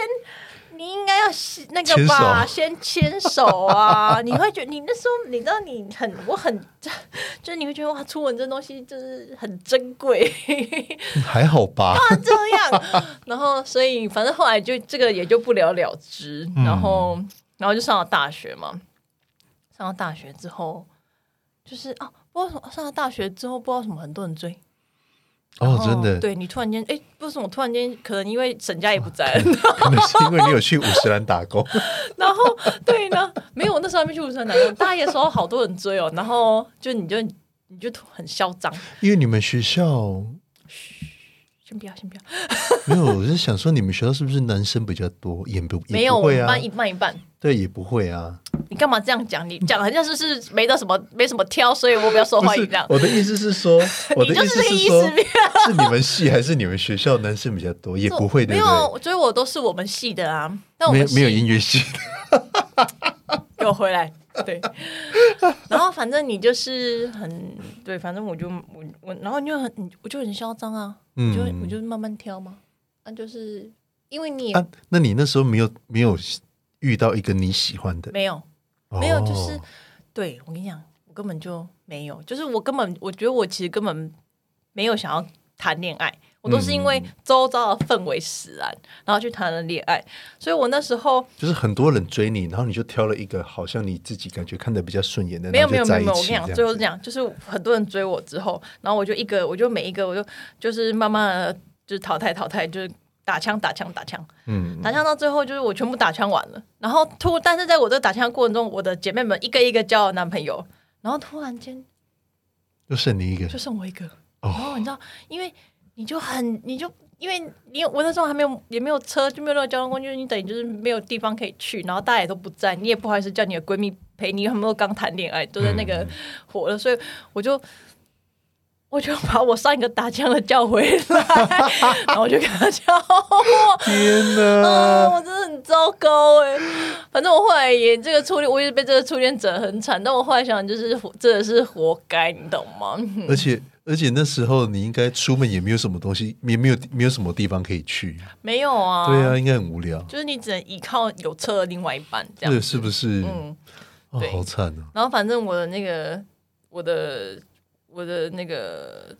[SPEAKER 1] 你应该要是那
[SPEAKER 2] 牵
[SPEAKER 1] 个
[SPEAKER 2] 手
[SPEAKER 1] 吧，先牵手啊！你会觉得你那时候，你知道你很，我很，就是你会觉得哇，初吻这东西就是很珍贵，
[SPEAKER 2] 还好吧？
[SPEAKER 1] 这样。 然后，所以反正后来就这个也就不了了之。
[SPEAKER 2] 嗯
[SPEAKER 1] 然后，然后就上了大学嘛。上了大学之后，就是啊，不知道为什么上了大学之后，不知道为什么很多人追。
[SPEAKER 2] 哦，
[SPEAKER 1] 然后
[SPEAKER 2] 真的，
[SPEAKER 1] 对你突然间，哎，不知道为什么突然间，可能因为沈佳也不在了，
[SPEAKER 2] 可能是因为你有去五十岚打工，
[SPEAKER 1] 然后对呢，没有，我那时候还没去五山南路，大一的时候好多人追哦，然后就你就你就很嚣张，
[SPEAKER 2] 因为你们学校
[SPEAKER 1] 先不要，先不要，
[SPEAKER 2] 没有，我是想说你们学校是不是男生比较多？也不也不
[SPEAKER 1] 没有，我
[SPEAKER 2] 会
[SPEAKER 1] 们
[SPEAKER 2] 啊
[SPEAKER 1] 班，一半一半。
[SPEAKER 2] 对，也不会啊。
[SPEAKER 1] 你干嘛这样讲？你讲好像是不是没得什么没什么挑，所以我比较受
[SPEAKER 2] 不
[SPEAKER 1] 欢迎
[SPEAKER 2] 是
[SPEAKER 1] 这样，。
[SPEAKER 2] 我的意思 是说，我的
[SPEAKER 1] 啊你就是
[SPEAKER 2] 意思
[SPEAKER 1] 这个意
[SPEAKER 2] 说
[SPEAKER 1] 思，，
[SPEAKER 2] 是你们系还是你们学校男生比较多？也不会，
[SPEAKER 1] 没
[SPEAKER 2] 对不对？
[SPEAKER 1] 有，所以我都是我们系的啊。但我
[SPEAKER 2] 没
[SPEAKER 1] 们
[SPEAKER 2] 有没有
[SPEAKER 1] 系
[SPEAKER 2] 音乐系，
[SPEAKER 1] 给我回来，对。 然后反正你就是很对，反正我就我我，然后你就很你我就很嚣张啊，我就我
[SPEAKER 2] 嗯，
[SPEAKER 1] 就慢慢挑嘛，那、就是因为你也
[SPEAKER 2] 啊，那你那时候没有没有遇到一个你喜欢的？
[SPEAKER 1] 没有。没有，
[SPEAKER 2] 哦
[SPEAKER 1] 就是对我跟你讲，我根本就没有，就是我根本我觉得我其实根本没有想要谈恋爱，我都是因为周遭的氛围使然，然后去谈了恋爱，所以我那时候
[SPEAKER 2] 就是很多人追你，然后你就挑了一个好像你自己感觉看的比较顺眼的，
[SPEAKER 1] 没有没
[SPEAKER 2] 然
[SPEAKER 1] 有
[SPEAKER 2] 后就
[SPEAKER 1] 没有
[SPEAKER 2] 在一
[SPEAKER 1] 没有，我跟
[SPEAKER 2] 起
[SPEAKER 1] 你讲，
[SPEAKER 2] 这
[SPEAKER 1] 最
[SPEAKER 2] 样
[SPEAKER 1] 后是这样，就是很多人追我之后，然后我就一个，我就每一个，我就就是慢慢的就是淘汰淘汰，就是打枪打枪打枪，
[SPEAKER 2] 嗯，
[SPEAKER 1] 打枪到最后就是我全部打枪完了，然后突但是在我这打枪的过程中，我的姐妹们一个一个交了男朋友，然后突然间
[SPEAKER 2] 就剩你一个
[SPEAKER 1] 就剩我一个。
[SPEAKER 2] 哦
[SPEAKER 1] 然后你知道，因为你就很，你就因为你我那时候还没有也没有车，就没有那个交通工具，你等于就是没有地方可以去，然后大家也都不在，你也不好意思叫你的闺蜜陪你，他们都刚谈恋爱，都在那
[SPEAKER 2] 嗯
[SPEAKER 1] 个火了，所以我就。我就把我上一个打枪的叫回来，然后我就跟他讲，
[SPEAKER 2] 天
[SPEAKER 1] 啊，
[SPEAKER 2] 哪！
[SPEAKER 1] 我真的很糟糕哎、反正我后来也这个初恋，我也被这个初恋整很惨。但我后来想，就是真的是活该，你懂吗？
[SPEAKER 2] 而且而且那时候你应该出门也没有什么东西，也没有没有什么地方可以去。
[SPEAKER 1] 没有啊，
[SPEAKER 2] 对啊，，应该很无聊。
[SPEAKER 1] 就是你只能依靠有车的另外一半这
[SPEAKER 2] 对，
[SPEAKER 1] 样。
[SPEAKER 2] 是不是？
[SPEAKER 1] 嗯，
[SPEAKER 2] 哦
[SPEAKER 1] 对，
[SPEAKER 2] 好惨哦！
[SPEAKER 1] 然后反正我的那个我的我的那个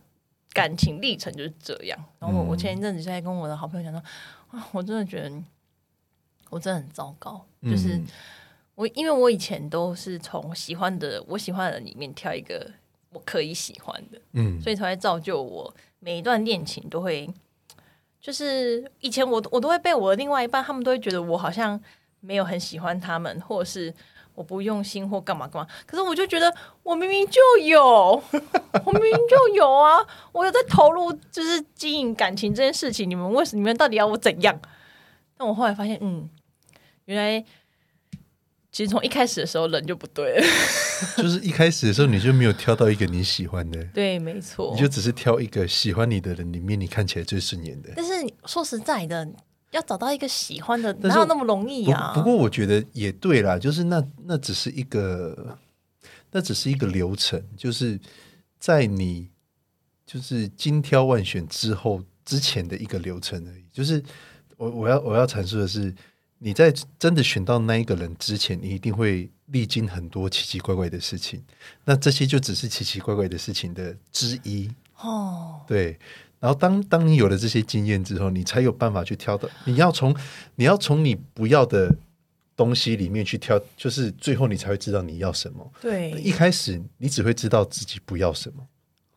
[SPEAKER 1] 感情历程就是这样。然后我、
[SPEAKER 2] 嗯
[SPEAKER 1] 我前一阵子就在跟我的好朋友讲说，啊，我真的觉得我真的很糟糕，就是。
[SPEAKER 2] 嗯
[SPEAKER 1] 我因为我以前都是从喜欢的我喜欢的人里面挑一个我可以喜欢的，
[SPEAKER 2] 嗯，
[SPEAKER 1] 所以才会造就我每一段恋情都会，就是以前我我都会被我的另外一半，他们都会觉得我好像没有很喜欢他们，或者是我不用心或干嘛干嘛。可是我就觉得我明明就有， 我明明就有啊，我有在投入就是经营感情这件事情，你们为什你们到底要我怎样？但我后来发现，嗯，原来。其实从一开始的时候人就不对了，
[SPEAKER 2] 就是一开始的时候你就没有挑到一个你喜欢 的，
[SPEAKER 1] 对，没错，
[SPEAKER 2] 你就只是挑一个喜欢你的人里面你看起来最顺眼的。
[SPEAKER 1] 但是你说实在的，要找到一个喜欢的，
[SPEAKER 2] 但是
[SPEAKER 1] 哪有那么容易
[SPEAKER 2] 不
[SPEAKER 1] 啊？
[SPEAKER 2] 不过我觉得也对啦，就是那那只是一个，那只是一个流程，就是在你就是精挑万选之后之前的一个流程而已。就是我我要我要阐述的是，你在真的选到那一个人之前，你一定会历经很多奇奇怪怪的事情。那这些就只是奇奇怪怪的事情的之一。
[SPEAKER 1] 哦，
[SPEAKER 2] 对，然后当当你有了这些经验之后，你才有办法去挑到你要从你要从你不要的东西里面去挑，就是最后你才会知道你要什么。一
[SPEAKER 1] 对，
[SPEAKER 2] 开始你只会知道自己不要什么，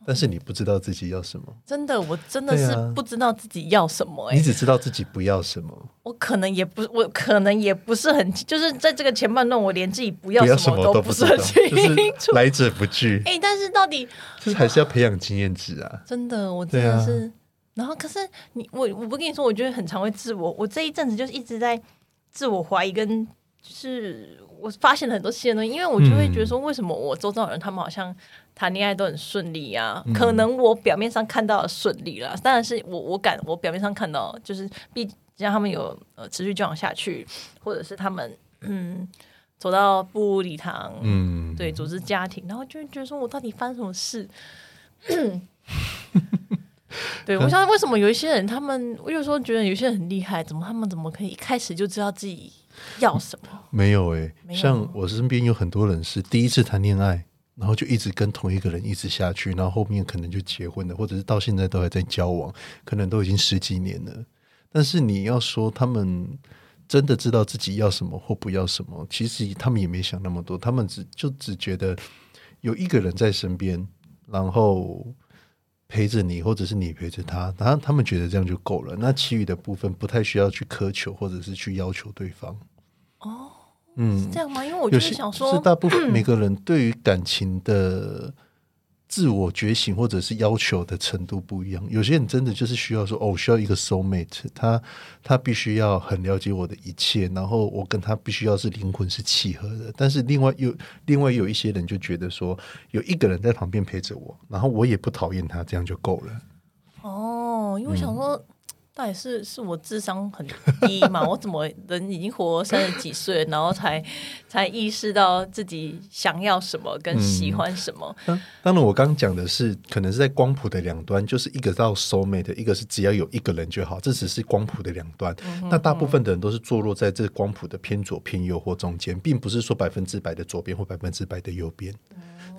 [SPEAKER 2] 但是你不知道自己要什么，
[SPEAKER 1] 真的，我真的
[SPEAKER 2] 对
[SPEAKER 1] 是
[SPEAKER 2] 啊
[SPEAKER 1] 不知道自己要什么、欸。
[SPEAKER 2] 你只知道自己不要什么，
[SPEAKER 1] 我可能也不，我可能也不是很，就是在这个前半段，我连自己不要
[SPEAKER 2] 不要
[SPEAKER 1] 什
[SPEAKER 2] 什
[SPEAKER 1] 么都
[SPEAKER 2] 都
[SPEAKER 1] 不
[SPEAKER 2] 知
[SPEAKER 1] 是
[SPEAKER 2] 道，
[SPEAKER 1] 很清
[SPEAKER 2] 就是
[SPEAKER 1] 楚。
[SPEAKER 2] 来者不拒，
[SPEAKER 1] 哎、但是到底
[SPEAKER 2] 就是还是要培养经验值啊。
[SPEAKER 1] 真的，我真
[SPEAKER 2] 对
[SPEAKER 1] 的
[SPEAKER 2] 啊
[SPEAKER 1] 是。然后，可是你我我不跟你说，我觉得很常会自我。我这一阵子就是一直在自我怀疑，跟就是我发现了很多新的东西，因为我就会觉得说，
[SPEAKER 2] 嗯
[SPEAKER 1] 为什么我周遭的人他们好像谈恋爱都很顺利啊？
[SPEAKER 2] 嗯
[SPEAKER 1] 可能我表面上看到的顺利啦，当然是我我感我表面上看到，就是毕让他们有呃持续交往下去，或者是他们嗯走到步入礼堂，
[SPEAKER 2] 嗯，
[SPEAKER 1] 对，组织家庭，然后就会觉得说我到底发生什么 事？对，我想为什么有一些人，他们我有时候觉得有些人很厉害，怎么他们怎么可以一开始就知道自己要什么？
[SPEAKER 2] 没有诶，
[SPEAKER 1] 没有
[SPEAKER 2] 像我身边有很多人是第一次谈恋爱，然后就一直跟同一个人一直下去，然后后面可能就结婚了，或者是到现在都还在交往，可能都已经十几年了。但是你要说他们真的知道自己要什么或不要什么，其实他们也没想那么多，他们只就只觉得有一个人在身边，然后陪着你，或者是你陪着他，他他们觉得这样就够了。那其余的部分不太需要去苛求或者是去要求对方。
[SPEAKER 1] 哦，
[SPEAKER 2] 嗯
[SPEAKER 1] 是，这样吗？因为我就
[SPEAKER 2] 有
[SPEAKER 1] 是
[SPEAKER 2] 些
[SPEAKER 1] 想
[SPEAKER 2] 就是
[SPEAKER 1] 说，嗯
[SPEAKER 2] 大部分每个人对于感情的自我觉醒或者是要求的程度不一样。有些人真的就是需要说，哦，我需要一个 soul mate，他他必须要很了解我的一切，然后我跟他必须要是灵魂是契合的。但是另外有另外有一些人就觉得说，有一个人在旁边陪着我，然后我也不讨厌他，这样就够了。
[SPEAKER 1] 哦，因为我
[SPEAKER 2] 嗯
[SPEAKER 1] 想说。到底是是我智商很低 嘛？我怎么人已经活三十几岁了，然后才才意识到自己想要什么
[SPEAKER 2] 嗯
[SPEAKER 1] 跟喜欢什么？
[SPEAKER 2] 当当然，我刚讲的是，可能是在光谱的两端，就是一个到 soul mate，一个是只要有一个人就好，这只是光谱的两端。那大部分的人都是坐落在这光谱的偏左、偏右或中间，并不是说百分之百的左边或百分之百的右边。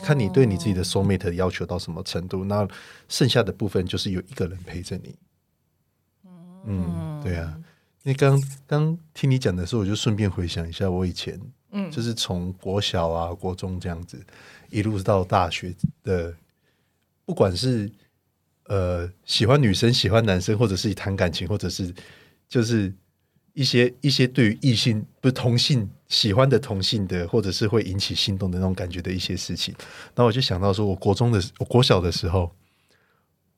[SPEAKER 2] 看你对你自己的 soul mate 要求到什么程度，那剩下的部分就是有一个人陪着你。嗯，对啊。因为刚刚听你讲的时候，我就顺便回想一下我以前，嗯，就是从国小啊、国中这样子，一路到大学的，不管是呃喜欢女生、喜欢男生，或者是谈感情，或者是就是一些一些对于异性不是同性喜欢的同性的，或者是会引起心动的那种感觉的一些事情。然后我就想到说，我国中的我国小的时候，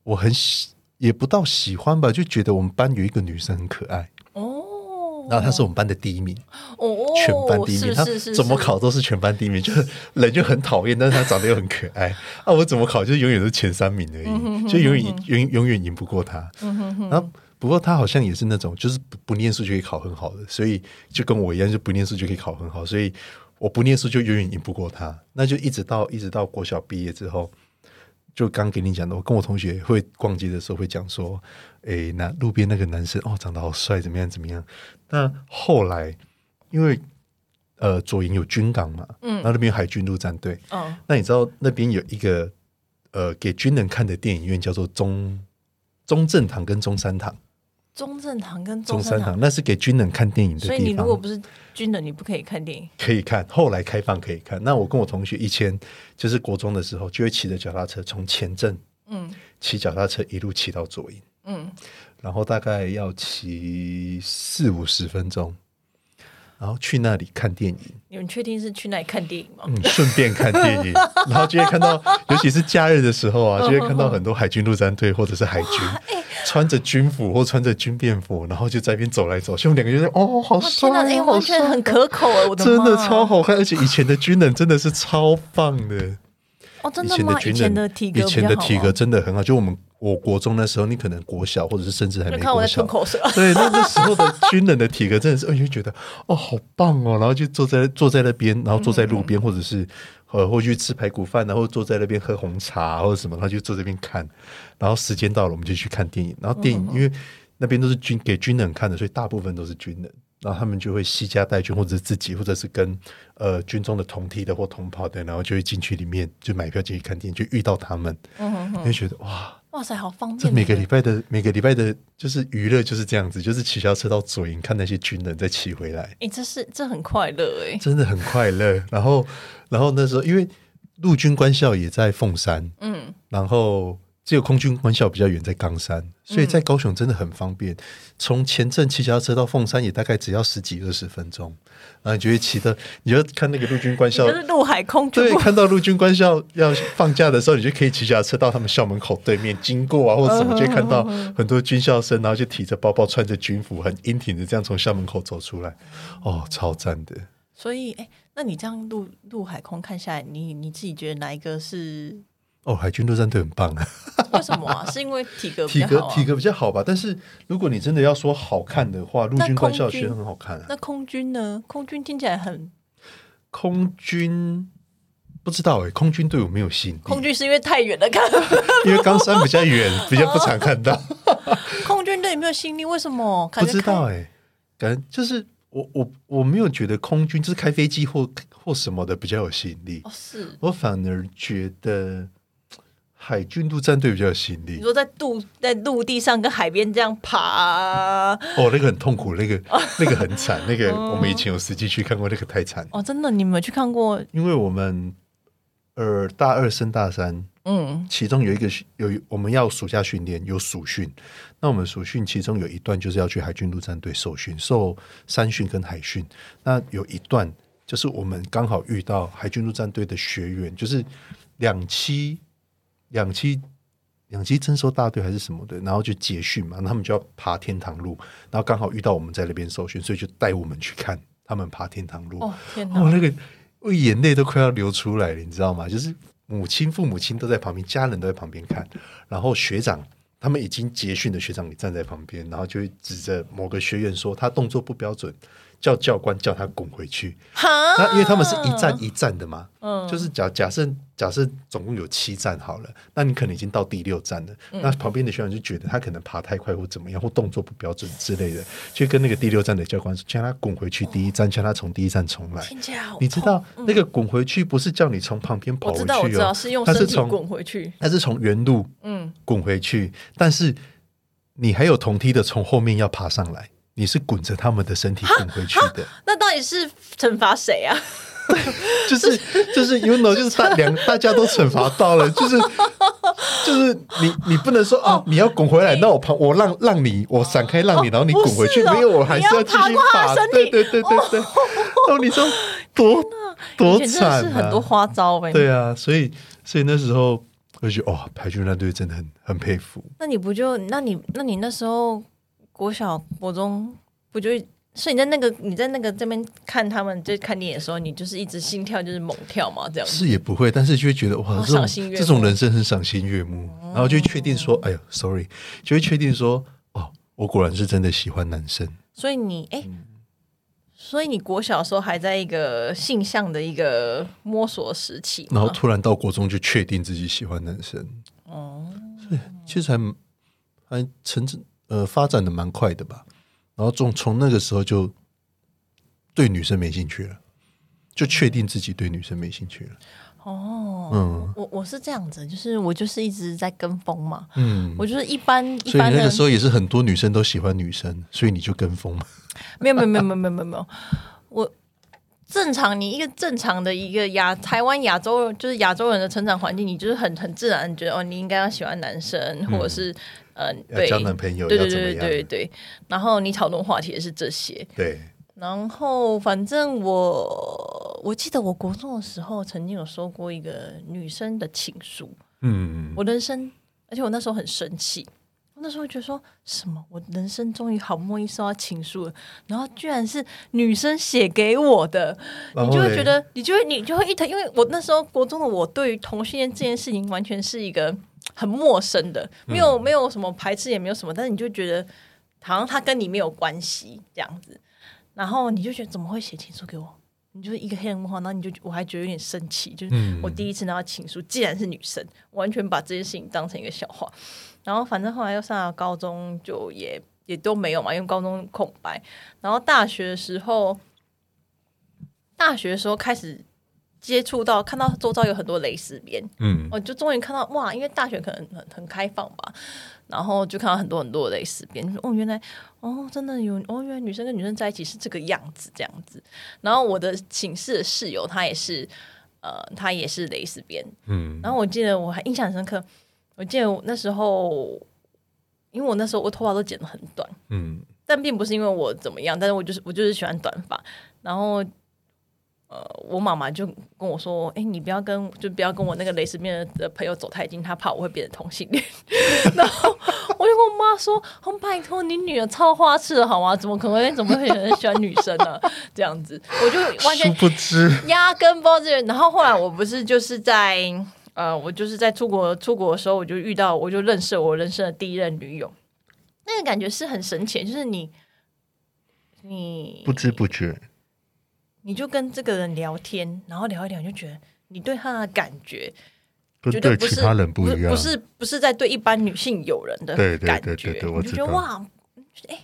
[SPEAKER 2] 我很喜也不到喜欢吧，就觉得我们班有一个女生很可爱。
[SPEAKER 1] 哦，
[SPEAKER 2] 然后他是我们班的第一名，
[SPEAKER 1] 哦，
[SPEAKER 2] 全班第一名，
[SPEAKER 1] 是是是，
[SPEAKER 2] 他怎么
[SPEAKER 1] 是？
[SPEAKER 2] 考都是全班第一名， 就是人就很讨厌，但是他长得又很可爱。 啊，我怎么考就是永远都是前三名而已，
[SPEAKER 1] 嗯
[SPEAKER 2] 就永远永永远赢不过他。然后不过他好像也是那种就是不不念书就可以考很好的，所以就跟我一样，就不念书就可以考很好，所以我不念书就永远赢不过他。那就一直到一直到国小毕业之后。就刚给你讲的，我跟我同学会逛街的时候会讲说，诶，那路边那个男生哦，长得好帅，怎么样怎么样。那后来因为呃左营有军港嘛，嗯，然后那边有海军陆战队，
[SPEAKER 1] 嗯，
[SPEAKER 2] 那你知道那边有一个呃给军人看的电影院叫做中中正堂跟中山堂，
[SPEAKER 1] 中正堂跟
[SPEAKER 2] 中
[SPEAKER 1] 山
[SPEAKER 2] 山堂那是给军人看电影的
[SPEAKER 1] 所以你
[SPEAKER 2] 地
[SPEAKER 1] 如果
[SPEAKER 2] 方。
[SPEAKER 1] 不是军人，你不可以看电影。
[SPEAKER 2] 可以看，后来开放可以看。那我跟我同学以前就是国中的时候，就会骑着脚踏车从前镇
[SPEAKER 1] 嗯
[SPEAKER 2] 骑脚踏车一路骑到左营，
[SPEAKER 1] 嗯，
[SPEAKER 2] 然后大概要骑四五十分钟，然后去那里看电影，
[SPEAKER 1] 你们确定是去那里看电影吗？
[SPEAKER 2] 嗯，顺便看电 影，然后就会看到，尤其是假日的时候
[SPEAKER 1] 嗯
[SPEAKER 2] 啊，就会看到很多海军陆战队或者是海军穿着军服或穿着军便服，然后就在那边走来走去，我们两个就在哦，好
[SPEAKER 1] 哇，天哪，
[SPEAKER 2] 帅
[SPEAKER 1] 哎，
[SPEAKER 2] 哦，好
[SPEAKER 1] 完
[SPEAKER 2] 帅
[SPEAKER 1] 全很可口哎，我的
[SPEAKER 2] 真的
[SPEAKER 1] 妈
[SPEAKER 2] 超好看，而且以前的军人真的是超棒的。
[SPEAKER 1] 哦，真
[SPEAKER 2] 以
[SPEAKER 1] 的
[SPEAKER 2] 前的
[SPEAKER 1] 吗？以
[SPEAKER 2] 军
[SPEAKER 1] 前
[SPEAKER 2] 人
[SPEAKER 1] 的体格
[SPEAKER 2] 以
[SPEAKER 1] 比
[SPEAKER 2] 前
[SPEAKER 1] 较
[SPEAKER 2] 的
[SPEAKER 1] 好啊
[SPEAKER 2] 体
[SPEAKER 1] 吗
[SPEAKER 2] 格真的很好。就我们我国中那时候，你可能国小或者是甚至还
[SPEAKER 1] 就
[SPEAKER 2] 没
[SPEAKER 1] 看我
[SPEAKER 2] 国
[SPEAKER 1] 在
[SPEAKER 2] 小
[SPEAKER 1] 吞，口水，
[SPEAKER 2] 对，那那时候的军人的体格真的是，哎，就觉得哦，好棒哦，然后就坐在坐在那边，然后坐在路边，或者是呃，或去吃排骨饭，然后坐在那边喝红茶啊或者什么，然后就坐这边看，然后时间到了我们就去看电影，然后电影因为那边都是军给军人看的，所以大部分都是军人。然后他们就会惜家带军，或者是自己，或者是跟呃军中的同梯的或同袍的，然后就会进去里面就买票进去看电影，就遇到他们，你会觉得哇，
[SPEAKER 1] 哇塞，好方
[SPEAKER 2] 这
[SPEAKER 1] 便。
[SPEAKER 2] 每个礼拜的每个礼拜的，就是娱乐就是这样子，就是骑小车到左营看那些军人再骑回来，
[SPEAKER 1] 哎，这是这很快乐哎，
[SPEAKER 2] 真的很快乐。然后，然后那时候因为陆军官校也在凤山，
[SPEAKER 1] 嗯，
[SPEAKER 2] 然后只有空军官校比较远，在冈山，所
[SPEAKER 1] 嗯
[SPEAKER 2] 以在高雄真的很方便。从前镇骑脚踏车到凤山也大概只要十几二十分钟，然后你就会骑的，你就看那个陆军官校
[SPEAKER 1] 就。是陆海空全
[SPEAKER 2] 对，
[SPEAKER 1] 部
[SPEAKER 2] 看到陆军官校要放假的时候，你就可以骑脚踏车到他们校门口对面经 过啊，或者什么，就会看
[SPEAKER 1] 嗯
[SPEAKER 2] 到很多军校生，然后就提着包包，穿着军服，很英挺的这样从校门口走出来，哦，超赞的。
[SPEAKER 1] 所以，哎、那你这样陆陆海空看下来，你你自己觉得哪一个是
[SPEAKER 2] 哦，海军陆战队很棒 啊，
[SPEAKER 1] 为什么 啊？是因为体格比
[SPEAKER 2] 体
[SPEAKER 1] 较
[SPEAKER 2] 格
[SPEAKER 1] 好、啊、
[SPEAKER 2] 体格比较好吧，但是如果你真的要说好看的话，陆
[SPEAKER 1] 那
[SPEAKER 2] 军官
[SPEAKER 1] 空
[SPEAKER 2] 校
[SPEAKER 1] 军
[SPEAKER 2] 学很好看啊。
[SPEAKER 1] 那空军呢？空军听起来很
[SPEAKER 2] 空军不知道哎、空军对我没有吸引力，
[SPEAKER 1] 空军是因为太远了看，
[SPEAKER 2] 因为冈山比较远，比较不常看到，
[SPEAKER 1] 空军对你没有吸引力，为什么？
[SPEAKER 2] 不
[SPEAKER 1] 感觉
[SPEAKER 2] 知道
[SPEAKER 1] 看
[SPEAKER 2] 哎、感觉就是我我我没有觉得空军就是开飞机或或什么的比较有吸引力，
[SPEAKER 1] 哦，是
[SPEAKER 2] 我反而觉得海军陆战队比较有吸引
[SPEAKER 1] 你
[SPEAKER 2] 力。
[SPEAKER 1] 说在陆在陆地上跟海边这样爬啊、
[SPEAKER 2] 哦，那个很痛苦，那个那个很惨，那个我们以前有实际去看过，那个太惨，
[SPEAKER 1] 哦，真的，你们有去看过？
[SPEAKER 2] 因为我们呃大二升大三，
[SPEAKER 1] 嗯
[SPEAKER 2] 其中有一个是有一我们要暑假训练，有暑训。那我们暑训其中有一段就是要去海军陆战队受训，受山训跟海训。那有一段就是我们刚好遇到海军陆战队的学员，就是两期两期两期征收大队还是什么的，然后就结训嘛，那他们就要爬天堂路，然后刚好遇到我们在那边受训，所以就带我们去看他们爬天堂路。
[SPEAKER 1] 哦，天哪！
[SPEAKER 2] 哦，那个我眼泪都快要流出来了，你知道吗？就是母亲、父母亲都在旁边，家人都在旁边看，然后学长他们已经结训的学长也站在旁边，然后就会指着某个学员说他动作不标准，叫教官叫他滚回去。
[SPEAKER 1] 哈，
[SPEAKER 2] 那因为他们是一站一站的嘛，就是假假设假设总共有七站好了，那你可能已经到第六站了，那旁边的学长就觉得他可能爬太快或怎么样，或动作不标准之类的，就跟那个第六站的教官说，叫他滚回去第一站，叫他从第一站重来。
[SPEAKER 1] 听起来好痛，
[SPEAKER 2] 你知道那个滚回去不是叫你从旁边跑
[SPEAKER 1] 哦嗯我
[SPEAKER 2] 回
[SPEAKER 1] 知
[SPEAKER 2] 去
[SPEAKER 1] 道，我知道
[SPEAKER 2] 哦，
[SPEAKER 1] 是用
[SPEAKER 2] 它
[SPEAKER 1] 身
[SPEAKER 2] 是
[SPEAKER 1] 体
[SPEAKER 2] 从
[SPEAKER 1] 滚回去，
[SPEAKER 2] 它是从原路
[SPEAKER 1] 嗯。
[SPEAKER 2] 滚回去，但是你还有同梯的从后面要爬上来，你是滚着他们的身体滚回去的，
[SPEAKER 1] 那到底是惩罚谁啊？
[SPEAKER 2] 就是就是因为呢，就是大两大家都惩罚 到了，就是就是你你不能说哦，你要滚回来，那我旁我让让你我闪开让你，然后你滚回去，
[SPEAKER 1] 不是哎哦
[SPEAKER 2] 没有，我还是
[SPEAKER 1] 你要
[SPEAKER 2] 继续
[SPEAKER 1] 爬过他的
[SPEAKER 2] 爬
[SPEAKER 1] 身，体
[SPEAKER 2] 对对对对对，哦，你知道多多
[SPEAKER 1] 以前真
[SPEAKER 2] 惨
[SPEAKER 1] 的
[SPEAKER 2] 啊，
[SPEAKER 1] 是很多花招欸呗、
[SPEAKER 2] 对啊，所以所以那时候我就觉得哇，排球那队真的很很佩服。
[SPEAKER 1] 那你不就？那你那你那时候国小、国中不就所以你在那个你在那个这边看他们就看电影的时候，你就是一直心跳就是猛跳嘛，这样子。
[SPEAKER 2] 是也不会，但是就会觉得哇，
[SPEAKER 1] 好
[SPEAKER 2] 这种
[SPEAKER 1] 赏心悦目哦
[SPEAKER 2] 这种人生很赏心悦目，然后就会确定说，哎呦，sorry，就会确定说，哦，我果然是真的喜欢男生。
[SPEAKER 1] 所以你哎、
[SPEAKER 2] 嗯
[SPEAKER 1] 所以你国小的时候还在一个性向的一个摸索时期
[SPEAKER 2] 然后
[SPEAKER 1] 嘛
[SPEAKER 2] 突然到国中就确定自己喜欢男生，
[SPEAKER 1] 哦，
[SPEAKER 2] 其实还还成长呃发展的蛮快的吧。然后从从那个时候就对女生没兴趣了，就确定自己对女生没兴趣了。
[SPEAKER 1] 哦，
[SPEAKER 2] 嗯
[SPEAKER 1] 我我是这样子，就是我就是一直在跟风嘛，
[SPEAKER 2] 嗯，
[SPEAKER 1] 我就是一般一
[SPEAKER 2] 所以
[SPEAKER 1] 般
[SPEAKER 2] 那
[SPEAKER 1] 的
[SPEAKER 2] 个时候也是很多女生都喜欢女生，所以你就跟风嘛。
[SPEAKER 1] 没有没有没有没有没有没有没有，我正常你一个正常的一个亚台湾亚洲就是亚洲人的成长环境，你就是很很自然地觉得哦，你应该要喜欢男生，或者是嗯、呃、
[SPEAKER 2] 要
[SPEAKER 1] 对
[SPEAKER 2] 交男朋友
[SPEAKER 1] 对
[SPEAKER 2] 要
[SPEAKER 1] 对
[SPEAKER 2] 怎么
[SPEAKER 1] 对对
[SPEAKER 2] 样？
[SPEAKER 1] 对对，然后你讨论话题也是这些，
[SPEAKER 2] 对
[SPEAKER 1] 然后反正我我记得我国中的时候曾经有收过一个女生的情书，
[SPEAKER 2] 嗯，
[SPEAKER 1] 我人生，而且我那时候很生气，我那时候觉得说什么，我人生终于好不容易收到情书了，然后居然是女生写给我的，
[SPEAKER 2] 然
[SPEAKER 1] 你
[SPEAKER 2] 后
[SPEAKER 1] 就
[SPEAKER 2] 嘞
[SPEAKER 1] 会觉得，你就会你就会一头，因为我那时候国中的我对于同性恋这件事情完全是一个很陌生的，没有、
[SPEAKER 2] 嗯
[SPEAKER 1] 没有什么排斥，也没有什么，但是你就觉得好像他跟你没有关系这样子，然后你就觉得怎么会写情书给我？你就是一个黑人问号，然后你就我还觉得有点生气，就是
[SPEAKER 2] 嗯
[SPEAKER 1] 我第一次拿到情书，既然是女生，完全把这件事情当成一个笑话。然后反正后来又上了高中，就也也都没有嘛，因为高中空白。然后大学的时候，大学的时候开始接触到，看到周遭有很多蕾丝边，
[SPEAKER 2] 嗯
[SPEAKER 1] 我就终于看到哇，因为大学可能很很开放吧，然后就看到很多很多的蕾丝边，就说哦，原来哦，真的有哦，原来女生跟女生在一起是这个样子这样子。然后我的寝室的室友她也是，呃，她也是蕾丝边，
[SPEAKER 2] 嗯
[SPEAKER 1] 然后我记得我还印象很深刻，我记得我那时候，因为我那时候我头发都剪得很短，
[SPEAKER 2] 嗯
[SPEAKER 1] 但并不是因为我怎么样，但是我就是我就是喜欢短发。然后，呃，我妈妈就跟我说：“哎、你不要跟就不要跟我那个蕾丝边的朋友走太近，她怕我会变成同性恋。”然后我就跟我妈说：“哦，拜托，你女儿超花痴的好吗？怎么可能会怎么会有人喜欢女生呢？这样子，我就完全
[SPEAKER 2] 殊不知，
[SPEAKER 1] 压根包这人。然后后来我不是就是在呃，我就是在出国出国的时候，我就遇到，我就认识我人生的第一任女友，那个感觉是很神奇的，就是你你
[SPEAKER 2] 不知不觉，
[SPEAKER 1] 你就跟这个人聊天，然后聊一聊，你就觉得你对他的感觉
[SPEAKER 2] 跟
[SPEAKER 1] 绝对
[SPEAKER 2] 对
[SPEAKER 1] 不
[SPEAKER 2] 其
[SPEAKER 1] 是
[SPEAKER 2] 他人不一样，
[SPEAKER 1] 不是不是在对一般女性友人的
[SPEAKER 2] 对对
[SPEAKER 1] 感
[SPEAKER 2] 对
[SPEAKER 1] 觉，
[SPEAKER 2] 对对我
[SPEAKER 1] 你就
[SPEAKER 2] 知
[SPEAKER 1] 觉得
[SPEAKER 2] 道
[SPEAKER 1] 哇，哎、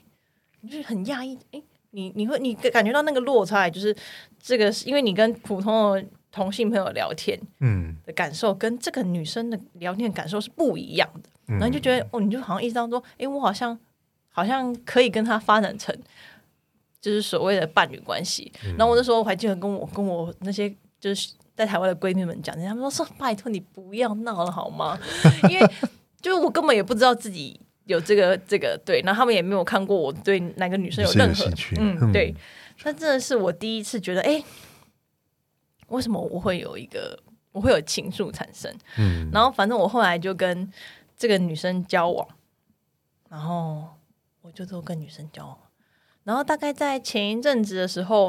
[SPEAKER 1] 你就是很讶异，哎、你你会你感觉到那个落差，就是这个是因为你跟普通的同性朋友聊天，
[SPEAKER 2] 嗯
[SPEAKER 1] 的感受跟这个女生的聊天的感受是不一样的，
[SPEAKER 2] 嗯，
[SPEAKER 1] 然后你就觉得哦，你就好像意识到说，诶，我好像好像可以跟她发展成就是所谓的伴侣关系。然后我那时候我还记得跟我跟我那些就是在台湾的闺蜜们讲，她们说说拜托你不要闹了好吗？ 因为就是我根本也不知道自己有这个这个对，然后他们也没有看过我对哪个女生有
[SPEAKER 2] 女生
[SPEAKER 1] 任
[SPEAKER 2] 有
[SPEAKER 1] 何
[SPEAKER 2] 兴趣嗯
[SPEAKER 1] 嗯，对，那真的是我第一次觉得，诶，为什么我会有一个我会有情愫产生？
[SPEAKER 2] 嗯
[SPEAKER 1] 然后反正我后来就跟这个女生交往，然后我就都跟女生交往。然后大概在前一阵子的时候，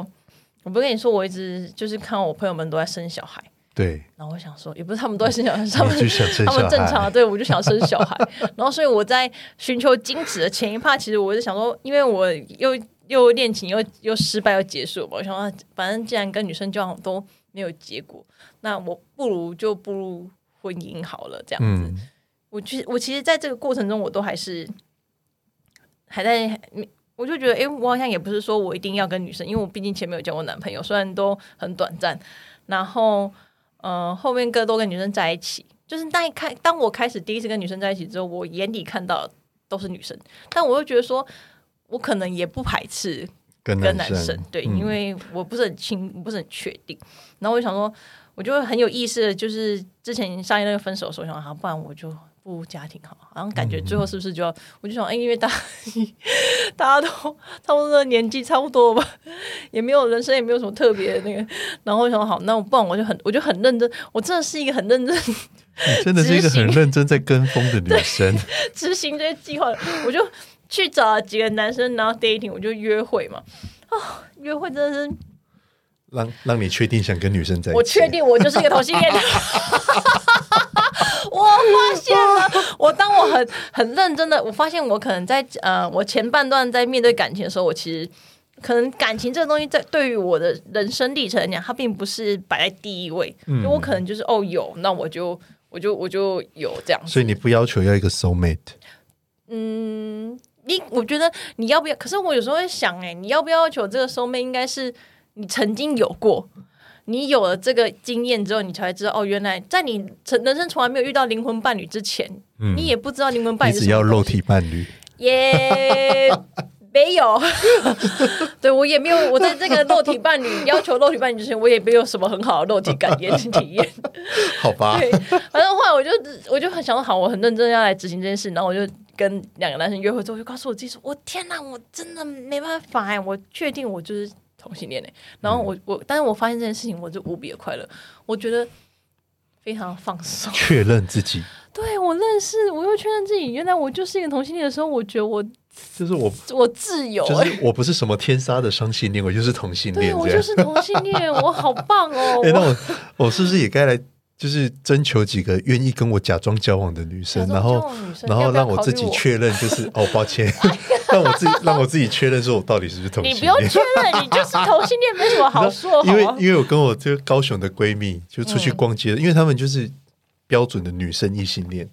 [SPEAKER 1] 我不是跟你说，我一直就是看我朋友们都在生小孩，
[SPEAKER 2] 对，
[SPEAKER 1] 然后我想说，也不是他们都在生小孩， 是他们
[SPEAKER 2] 你就想生
[SPEAKER 1] 他
[SPEAKER 2] 小
[SPEAKER 1] 们正常
[SPEAKER 2] 孩
[SPEAKER 1] 啊，，对我就想生小 孩，然后所以我在寻求精子的前一趴，其实我是想说，因为我又又恋情又又失败又结束嘛，我想说，啊反正既然跟女生交往都没有结果，那我不如就步入婚姻好了，这样子。
[SPEAKER 2] 嗯
[SPEAKER 1] 我其我其实在这个过程中，我都还是还在，我就觉得，诶，我好像也不是说我一定要跟女生，因为我毕竟前面有交过男朋友，虽然都很短暂，然后呃，后面哥都跟女生在一起，就是那一开，当我开始第一次跟女生在一起之后，我眼里看到的都是女生，但我又觉得说。我可能也不排斥
[SPEAKER 2] 跟
[SPEAKER 1] 跟
[SPEAKER 2] 男嗯
[SPEAKER 1] 男生，对，因为我不是很清，不是很确定。然后我就想说，我就很有意识的，就是之前上一任分手的时候，我想啊，不然我就步入家庭好了，好像感觉最后是不是就要，我就想，哎，因为大家 大家都差不多的年纪差不多吧，也没有人生也没有什么特别的那个，然后我想好，那我不然我就很我就很认真，我真的是一个很认真
[SPEAKER 2] 你真的是一个很认真在跟风的女生，
[SPEAKER 1] 执行这些计划，我就去找了几个男生，然后 dating，我就约会嘛。哦，约会真的是
[SPEAKER 2] 让让你确定想跟女生在一起，
[SPEAKER 1] 我确定我就是一个同性恋。 我发现了，我当我很很认真的，我发现我可能在呃，我前半段在面对感情的时候，我其实可能感情这个东西在对于我的人生历程来讲，它并不是摆在第一位，就我可能就是哦有，那我就我就我就有这样子。
[SPEAKER 2] 所以你不要求要一个 soul mate，
[SPEAKER 1] 嗯，你我觉得你要不要？可是我有时候会想、欸，哎，你要不要求这个收妹应该是你曾经有过，你有了这个经验之后，你才会知道哦，原来在你成人生从来没有遇到灵魂伴侣之前，
[SPEAKER 2] 嗯
[SPEAKER 1] 你也不知道灵魂伴
[SPEAKER 2] 你
[SPEAKER 1] 侣是
[SPEAKER 2] 只
[SPEAKER 1] 什
[SPEAKER 2] 要
[SPEAKER 1] 么
[SPEAKER 2] 肉
[SPEAKER 1] 东西，
[SPEAKER 2] 体伴侣，
[SPEAKER 1] 也没有， 对我也没有，我在这个肉体伴侣要求肉体伴侣之前，我也没有什么很好的肉体感 验体验。
[SPEAKER 2] 好吧？
[SPEAKER 1] 对，反正后来我就我就很想说，好，我很认真要来执行这件事，然后我就跟两个男生约会之后，我就告诉我自己说，我天哪，我真的没办法哎，我确定我就是同性恋哎。然后我
[SPEAKER 2] 嗯
[SPEAKER 1] 我，但是我发现这件事情，我就无比的快乐，我觉得非常放松。
[SPEAKER 2] 确认自己，
[SPEAKER 1] 对我认识，我又确认自己，原来我就是一个同性恋的时候，我觉得我
[SPEAKER 2] 就是我，
[SPEAKER 1] 我自由
[SPEAKER 2] 就
[SPEAKER 1] 哎。
[SPEAKER 2] 是我不是什么天杀的双性恋，我 就是同性
[SPEAKER 1] 对，
[SPEAKER 2] 恋
[SPEAKER 1] 我
[SPEAKER 2] 这
[SPEAKER 1] 就
[SPEAKER 2] 样。
[SPEAKER 1] 是同性恋，我好棒 哦！
[SPEAKER 2] 哎、那
[SPEAKER 1] 我
[SPEAKER 2] 我我是不是也该来，就是征求几个愿意跟我假装交往的女生，
[SPEAKER 1] 假
[SPEAKER 2] 然
[SPEAKER 1] 装交
[SPEAKER 2] 后
[SPEAKER 1] 往的女生
[SPEAKER 2] 然
[SPEAKER 1] 要
[SPEAKER 2] 后
[SPEAKER 1] 不要
[SPEAKER 2] 让我自
[SPEAKER 1] 考虑
[SPEAKER 2] 己
[SPEAKER 1] 我
[SPEAKER 2] 确认，就是哦，抱歉， 让我自己让我自己确认说我到底是不是同
[SPEAKER 1] 你
[SPEAKER 2] 性
[SPEAKER 1] 不用
[SPEAKER 2] 恋。
[SPEAKER 1] 确认，你就是同性恋，没什么好 啊说。
[SPEAKER 2] 因为
[SPEAKER 1] 好吗
[SPEAKER 2] 因为我跟我这个高雄的闺蜜就出去逛
[SPEAKER 1] 嗯
[SPEAKER 2] 街，因为她们就是标准的女生异性恋，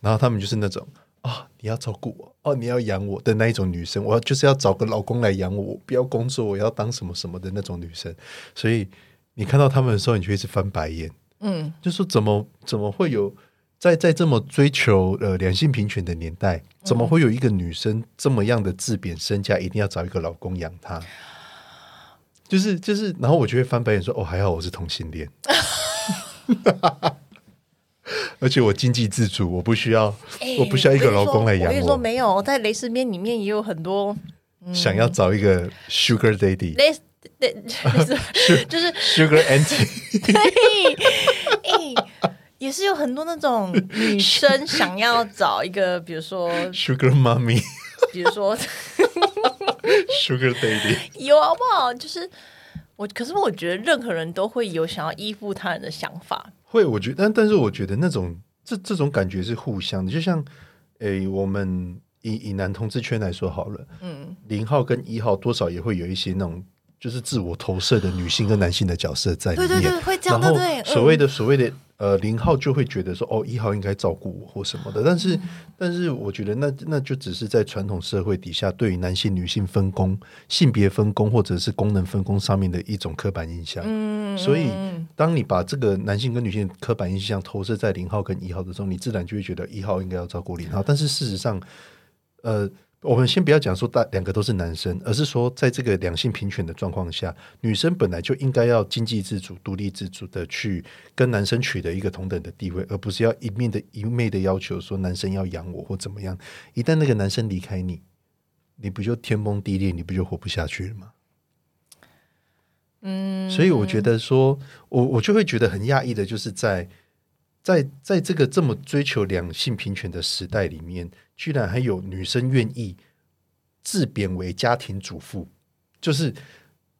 [SPEAKER 2] 然后她们就是那种啊、你要照顾我，哦，你要养我的那一种女生，我要就是要找个老公来养我，我不要工作，我要当什么什么的那种女生，所以你看到她们的时候，你就一直翻白眼，
[SPEAKER 1] 嗯，
[SPEAKER 2] 就说怎么怎么会有在在这么追求呃两性平权的年代，
[SPEAKER 1] 嗯
[SPEAKER 2] 怎么会有一个女生这么样的自贬身价，一定要找一个老公养她？就是就是，然后我就会翻白眼说：“哦，还好我是同性恋， 而且我经济自主，我不需要，
[SPEAKER 1] 哎
[SPEAKER 2] 我不需要一个老公来
[SPEAKER 1] 我
[SPEAKER 2] 养
[SPEAKER 1] 跟你
[SPEAKER 2] 我，
[SPEAKER 1] 说没有，在蕾丝边里面也有很多
[SPEAKER 2] 想
[SPEAKER 1] 嗯
[SPEAKER 2] 要找一个 sugar daddy、
[SPEAKER 1] 蕾丝蕾 蕾 丝， 就是
[SPEAKER 2] sugar auntie，
[SPEAKER 1] 对，哎，也是有很多那种女生想要找一个，比如说，
[SPEAKER 2] sugar mommy、
[SPEAKER 1] 比如说
[SPEAKER 2] sugar daddy。”
[SPEAKER 1] 有好不好？就是我，可是我觉得任何人都会有想要依附他人的想法。
[SPEAKER 2] 会，我觉得，但但是我觉得那种这这种感觉是互相的，就像诶、我们以以男同志圈来说好了，
[SPEAKER 1] 嗯，
[SPEAKER 2] 零号跟一号多少也会有一些那种就是自我投射的女性跟男性的角色在里
[SPEAKER 1] 对
[SPEAKER 2] 面，
[SPEAKER 1] 对对，会这样，对
[SPEAKER 2] 然后
[SPEAKER 1] 对，嗯
[SPEAKER 2] 所谓的、所谓的呃零号就会觉得说哦一号应该照顾我或什么的，但
[SPEAKER 1] 嗯
[SPEAKER 2] 是、但是我觉得那那就只是在传统社会底下对于男性女性分工、性别分工或者是功能分工上面的一种刻板印象。
[SPEAKER 1] 嗯，嗯
[SPEAKER 2] 所以
[SPEAKER 1] 嗯
[SPEAKER 2] 当你把这个男性跟女性的刻板印象投射在零号跟一号的时候，你自然就会觉得一号应该要照顾零号。但是事实上，呃，我们先不要讲说大两个都是男生，而是说在这个两性平权的状况下，女生本来就应该要经济自主、独立自主的去跟男生取得一个同等的地位，而不是要一面的一昧的要求说男生要养我或怎么样。一旦那个男生离开你，你不就天崩地裂？你不就活不下去了吗？
[SPEAKER 1] 嗯，
[SPEAKER 2] 所以我觉得说，我我就会觉得很讶异的，就是在在在这个这么追求两性平权的时代里面，居然还有女生愿意自贬为家庭主妇，就是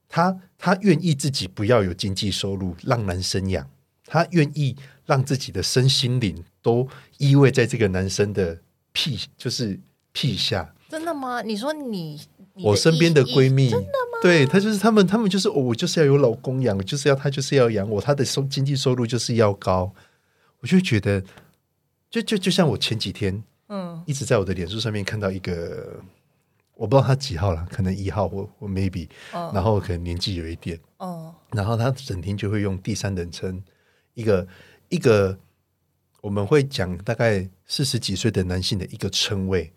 [SPEAKER 2] 她她愿意自己不要有经济收入，让男生养，她愿意让自己的身心灵都依偎在这个男生的屁，就是屁下。
[SPEAKER 1] 真的吗？你说你，你
[SPEAKER 2] 我身边的
[SPEAKER 1] 意
[SPEAKER 2] 闺蜜，对她就是她们，她们就是、哦、我就是要有老公养，就是要她就是要养我，她的收经济收入就是要高，我就觉得，就就就像我前几天
[SPEAKER 1] 嗯
[SPEAKER 2] 一直在我的脸书上面看到一个，我不知道她几号了，可能一号或或 maybe，、
[SPEAKER 1] 嗯
[SPEAKER 2] 然后可能年纪有一点，
[SPEAKER 1] 嗯
[SPEAKER 2] 然后他整天就会用第三人称，一个一个我们会讲大概四十几岁的男性的一个称谓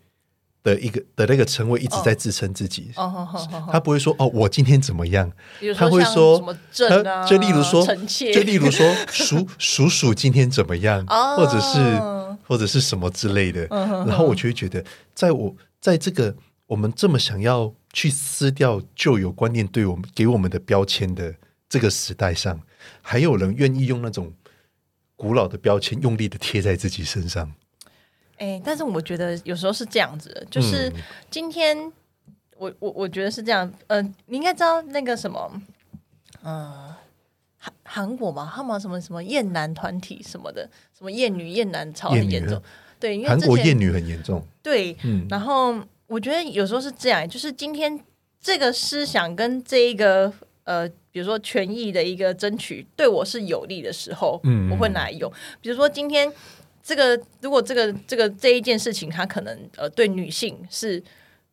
[SPEAKER 2] 的一个的那个称谓一直在自称自己，
[SPEAKER 1] 哦，好好好，
[SPEAKER 2] 他不会说哦我今天怎么样，
[SPEAKER 1] 比如
[SPEAKER 2] 他会
[SPEAKER 1] 像
[SPEAKER 2] 说
[SPEAKER 1] 什么正啊，
[SPEAKER 2] 他就例如说
[SPEAKER 1] 臣妾，
[SPEAKER 2] 就例如说叔叔叔今天怎么样，
[SPEAKER 1] 哦嗯
[SPEAKER 2] 或者是或者是什么之类的，然后我就会觉得，在我在这个我们这么想要去撕掉旧有观念对我们给我们的标签的这个时代上，还有人愿意用那种古老的标签用力的贴在自己身上，
[SPEAKER 1] 哎、但是我觉得有时候是这样子的，就是
[SPEAKER 2] 嗯
[SPEAKER 1] 今天、我我我觉得是这样，呃，你应该知道那个什么，呃，韩韩国嘛，他们什么什么厌男团体什么的，什么厌女厌男超
[SPEAKER 2] 厌
[SPEAKER 1] 很
[SPEAKER 2] 女
[SPEAKER 1] 严重
[SPEAKER 2] 啊，
[SPEAKER 1] 对，因为
[SPEAKER 2] 韩
[SPEAKER 1] 之
[SPEAKER 2] 国
[SPEAKER 1] 前
[SPEAKER 2] 厌女很严重，
[SPEAKER 1] 对，
[SPEAKER 2] 嗯，
[SPEAKER 1] 然后我觉得有时候是这样，就是今天这个思想跟这一个呃，比如说权益的一个争取对我是有利的时候，
[SPEAKER 2] 嗯
[SPEAKER 1] 我会拿来用。比如说今天这个，如果这个这个这一件事情，它可能呃对女性是。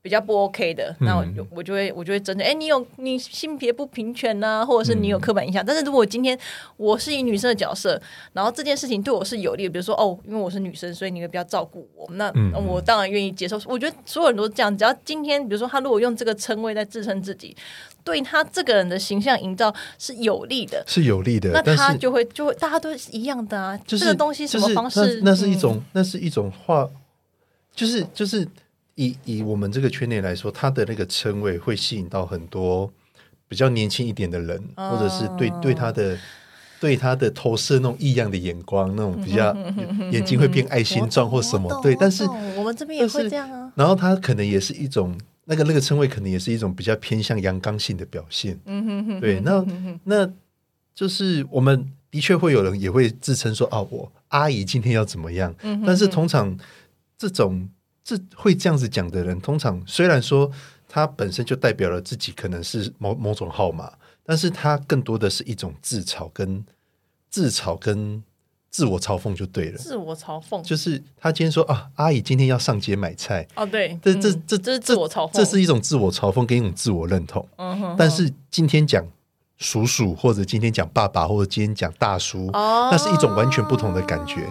[SPEAKER 1] 比较不 OK 的，
[SPEAKER 2] 嗯
[SPEAKER 1] 那我就我就会我就会针对，哎、你有你性别不平权呐、或者是你
[SPEAKER 2] 嗯
[SPEAKER 1] 有刻板印象。但是如果今天我是以女生的角色，然后这件事情对我是有利的，比如说哦，因为我是女生，所以你会比较照顾我，那、
[SPEAKER 2] 嗯
[SPEAKER 1] 我当然愿意接受。我觉得所有人都是这样，只要今天比如说他如果用这个称谓在自称自己，对他这个人的形象营造是有利的，
[SPEAKER 2] 是有利
[SPEAKER 1] 那
[SPEAKER 2] 的，但
[SPEAKER 1] 他
[SPEAKER 2] 是
[SPEAKER 1] 就会就会大家都是一样的啊。
[SPEAKER 2] 就是
[SPEAKER 1] 这个东西什
[SPEAKER 2] 就
[SPEAKER 1] 么
[SPEAKER 2] 是
[SPEAKER 1] 方式？
[SPEAKER 2] 那那是一
[SPEAKER 1] 嗯、
[SPEAKER 2] 种、那是一种话，就是就是以以我们这个圈内来说，他的那个称谓会吸引到很多比较年轻一点的人，或者
[SPEAKER 1] 哦
[SPEAKER 2] 是对对他的。对他的投射那种异样的眼光，那种比 较眼睛会变爱心状或什
[SPEAKER 1] 嗯我
[SPEAKER 2] 么，
[SPEAKER 1] 懂
[SPEAKER 2] 对，
[SPEAKER 1] 我
[SPEAKER 2] 但是
[SPEAKER 1] 懂我们这边也
[SPEAKER 2] 但
[SPEAKER 1] 会
[SPEAKER 2] 是
[SPEAKER 1] 这样啊。
[SPEAKER 2] 然后他可能也是一种那个那个称谓，可能也是一种比较偏向阳刚性的表现。
[SPEAKER 1] 嗯哼哼，
[SPEAKER 2] 对，那那就是我们的确会有人也会自称说啊，我阿姨今天要怎么样？
[SPEAKER 1] 嗯哼
[SPEAKER 2] 但是通常这种这会这样子讲的人，通常虽然说他本身就代表了自己可能是某某种号码，但是他更多的是一种自嘲跟自嘲跟自我嘲讽就对了。
[SPEAKER 1] 自我嘲讽。
[SPEAKER 2] 就是他今天说啊，阿姨今天要上街买菜，
[SPEAKER 1] 哦，对，
[SPEAKER 2] 这
[SPEAKER 1] 嗯
[SPEAKER 2] 这这
[SPEAKER 1] 这是自我嘲讽，
[SPEAKER 2] 这是一种自我嘲讽跟一种自我认同。
[SPEAKER 1] 嗯哼，
[SPEAKER 2] 但是今天讲叔叔，或者今天讲爸爸，或者今天讲大叔，
[SPEAKER 1] 哦，
[SPEAKER 2] 那是一种完全不同的感觉。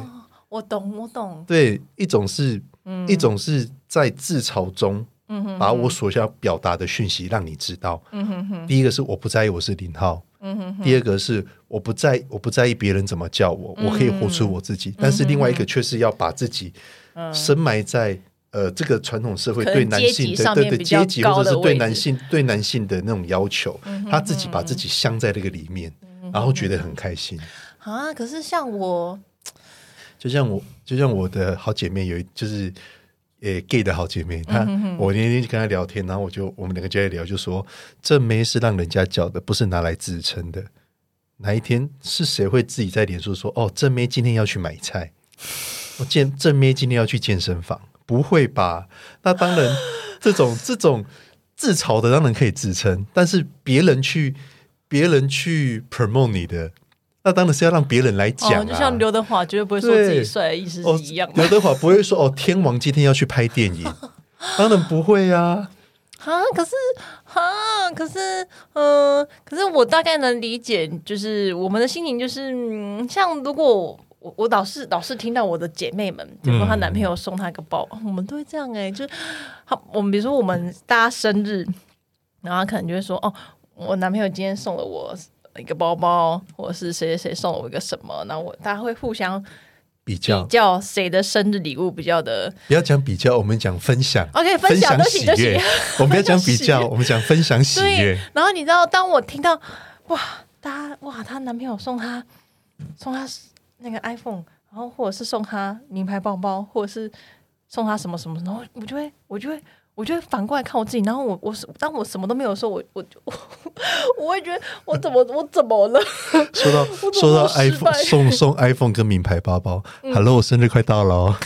[SPEAKER 1] 我懂，我懂，
[SPEAKER 2] 对，一种是，
[SPEAKER 1] 哦嗯
[SPEAKER 2] 一种是在自嘲中
[SPEAKER 1] 嗯哼，
[SPEAKER 2] 把我所想表达的讯息让你知道。
[SPEAKER 1] 嗯哼哼，
[SPEAKER 2] 第一个是我不在意我是零号，
[SPEAKER 1] 嗯哼哼，
[SPEAKER 2] 第二个是我不在我不在意别人怎么叫我，
[SPEAKER 1] 嗯
[SPEAKER 2] 我可以活出我自己。但是另外一个却是要把自己深埋在。呃，这个传统社会
[SPEAKER 1] 嗯可能
[SPEAKER 2] 对男
[SPEAKER 1] 阶
[SPEAKER 2] 性
[SPEAKER 1] 级
[SPEAKER 2] 的
[SPEAKER 1] 上
[SPEAKER 2] 对
[SPEAKER 1] 面
[SPEAKER 2] 对
[SPEAKER 1] 比较
[SPEAKER 2] 阶级，或
[SPEAKER 1] 高
[SPEAKER 2] 者
[SPEAKER 1] 的
[SPEAKER 2] 是对
[SPEAKER 1] 位
[SPEAKER 2] 男
[SPEAKER 1] 置嗯
[SPEAKER 2] 性对男性的那种要求，他自己把自己镶在那个里面，然后觉得很开心。
[SPEAKER 1] 啊，可是像我，
[SPEAKER 2] 就像我，就像我的好姐妹有一，就是呃 gay 的好姐妹，
[SPEAKER 1] 嗯
[SPEAKER 2] 她、我那天就跟她聊天，然后我就我们两个就在聊，就说这妹是让人家叫的，不是拿来自称的。哪一天是谁会自己在脸书说哦，正妹今天要去买菜，我健正妹今天要去健身房？不会吧？那当然，这 种这种自嘲的当然可以自称，但是别人去别人去 promote 你的，那当然是要让别人来讲、啊
[SPEAKER 1] 哦，就像刘德华绝对不会说
[SPEAKER 2] 对
[SPEAKER 1] 自己帅的意思
[SPEAKER 2] 哦
[SPEAKER 1] 是一样，的
[SPEAKER 2] 刘德华不会说哦，天王今天要去拍电 影，当然不会啊。
[SPEAKER 1] 啊，可是啊，可是嗯、呃可是我大概能理解，就是我们的心情就是，嗯、像如果我。我我老是老是听到我的姐妹们，比如说她男朋友送她一个包，我们都会这样哎、就是好，我们比如说我们大家生日，然后她可能就会说哦，我男朋友今天送了我一个包包，或者是谁谁谁送了我一个什么，然后我大家会互相
[SPEAKER 2] 比
[SPEAKER 1] 比
[SPEAKER 2] 较
[SPEAKER 1] 较谁的生日礼物比较的
[SPEAKER 2] 不要讲比较，我们讲分享。
[SPEAKER 1] OK，分享
[SPEAKER 2] 享
[SPEAKER 1] 都行
[SPEAKER 2] 喜
[SPEAKER 1] 都行
[SPEAKER 2] 悦，我们不要讲比
[SPEAKER 1] 分享喜
[SPEAKER 2] 较，
[SPEAKER 1] 悦
[SPEAKER 2] 我们讲分享喜
[SPEAKER 1] 对
[SPEAKER 2] 悦。，
[SPEAKER 1] 然后你知道，当我听到哇，她哇，她男朋友送她送她那个 iPhone，然后或者是送她名牌包包，或者是送她什么什么，然后我就会我就会我就会反过来看我自己，然后我我当我什么都没有的时候，我我我 我会觉得我怎么我怎么了？
[SPEAKER 2] 说到
[SPEAKER 1] 么
[SPEAKER 2] 说到
[SPEAKER 1] 失败嗯
[SPEAKER 2] iPhone 送送 iPhone 跟名牌包包，Hello，我生日快到了哦。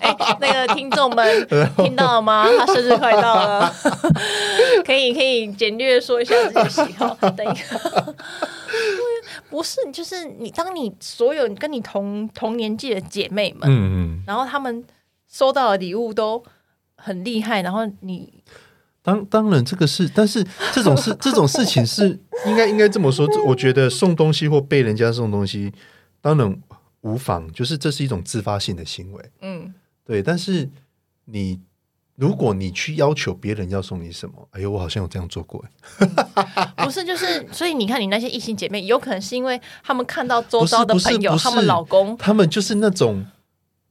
[SPEAKER 1] 哎、那个听众 们听到了吗？他生日快到了， 可以可以简略说一下自己的喜 好。等一下，不是，就是你当你所有跟你同同年纪的姐妹们，
[SPEAKER 2] 嗯嗯，
[SPEAKER 1] 然后她们收到的礼物都很厉害，然后你
[SPEAKER 2] 当当然这个是，但是这 种事这种事情是应该应该这么说。这我觉得送东西或被人家送东西，当然无妨，就是这是一种自发性的行为。
[SPEAKER 1] 嗯，
[SPEAKER 2] 对，但是你如果你去要求别人要送你什么，哎呦，我好像有这样做过，欸
[SPEAKER 1] 嗯不是就是，所以你看你那些异性姐妹，有可能是因为她们看到周
[SPEAKER 2] 不是
[SPEAKER 1] 遭的
[SPEAKER 2] 不是
[SPEAKER 1] 朋友、
[SPEAKER 2] 不是
[SPEAKER 1] 她们老公，
[SPEAKER 2] 他们就是那种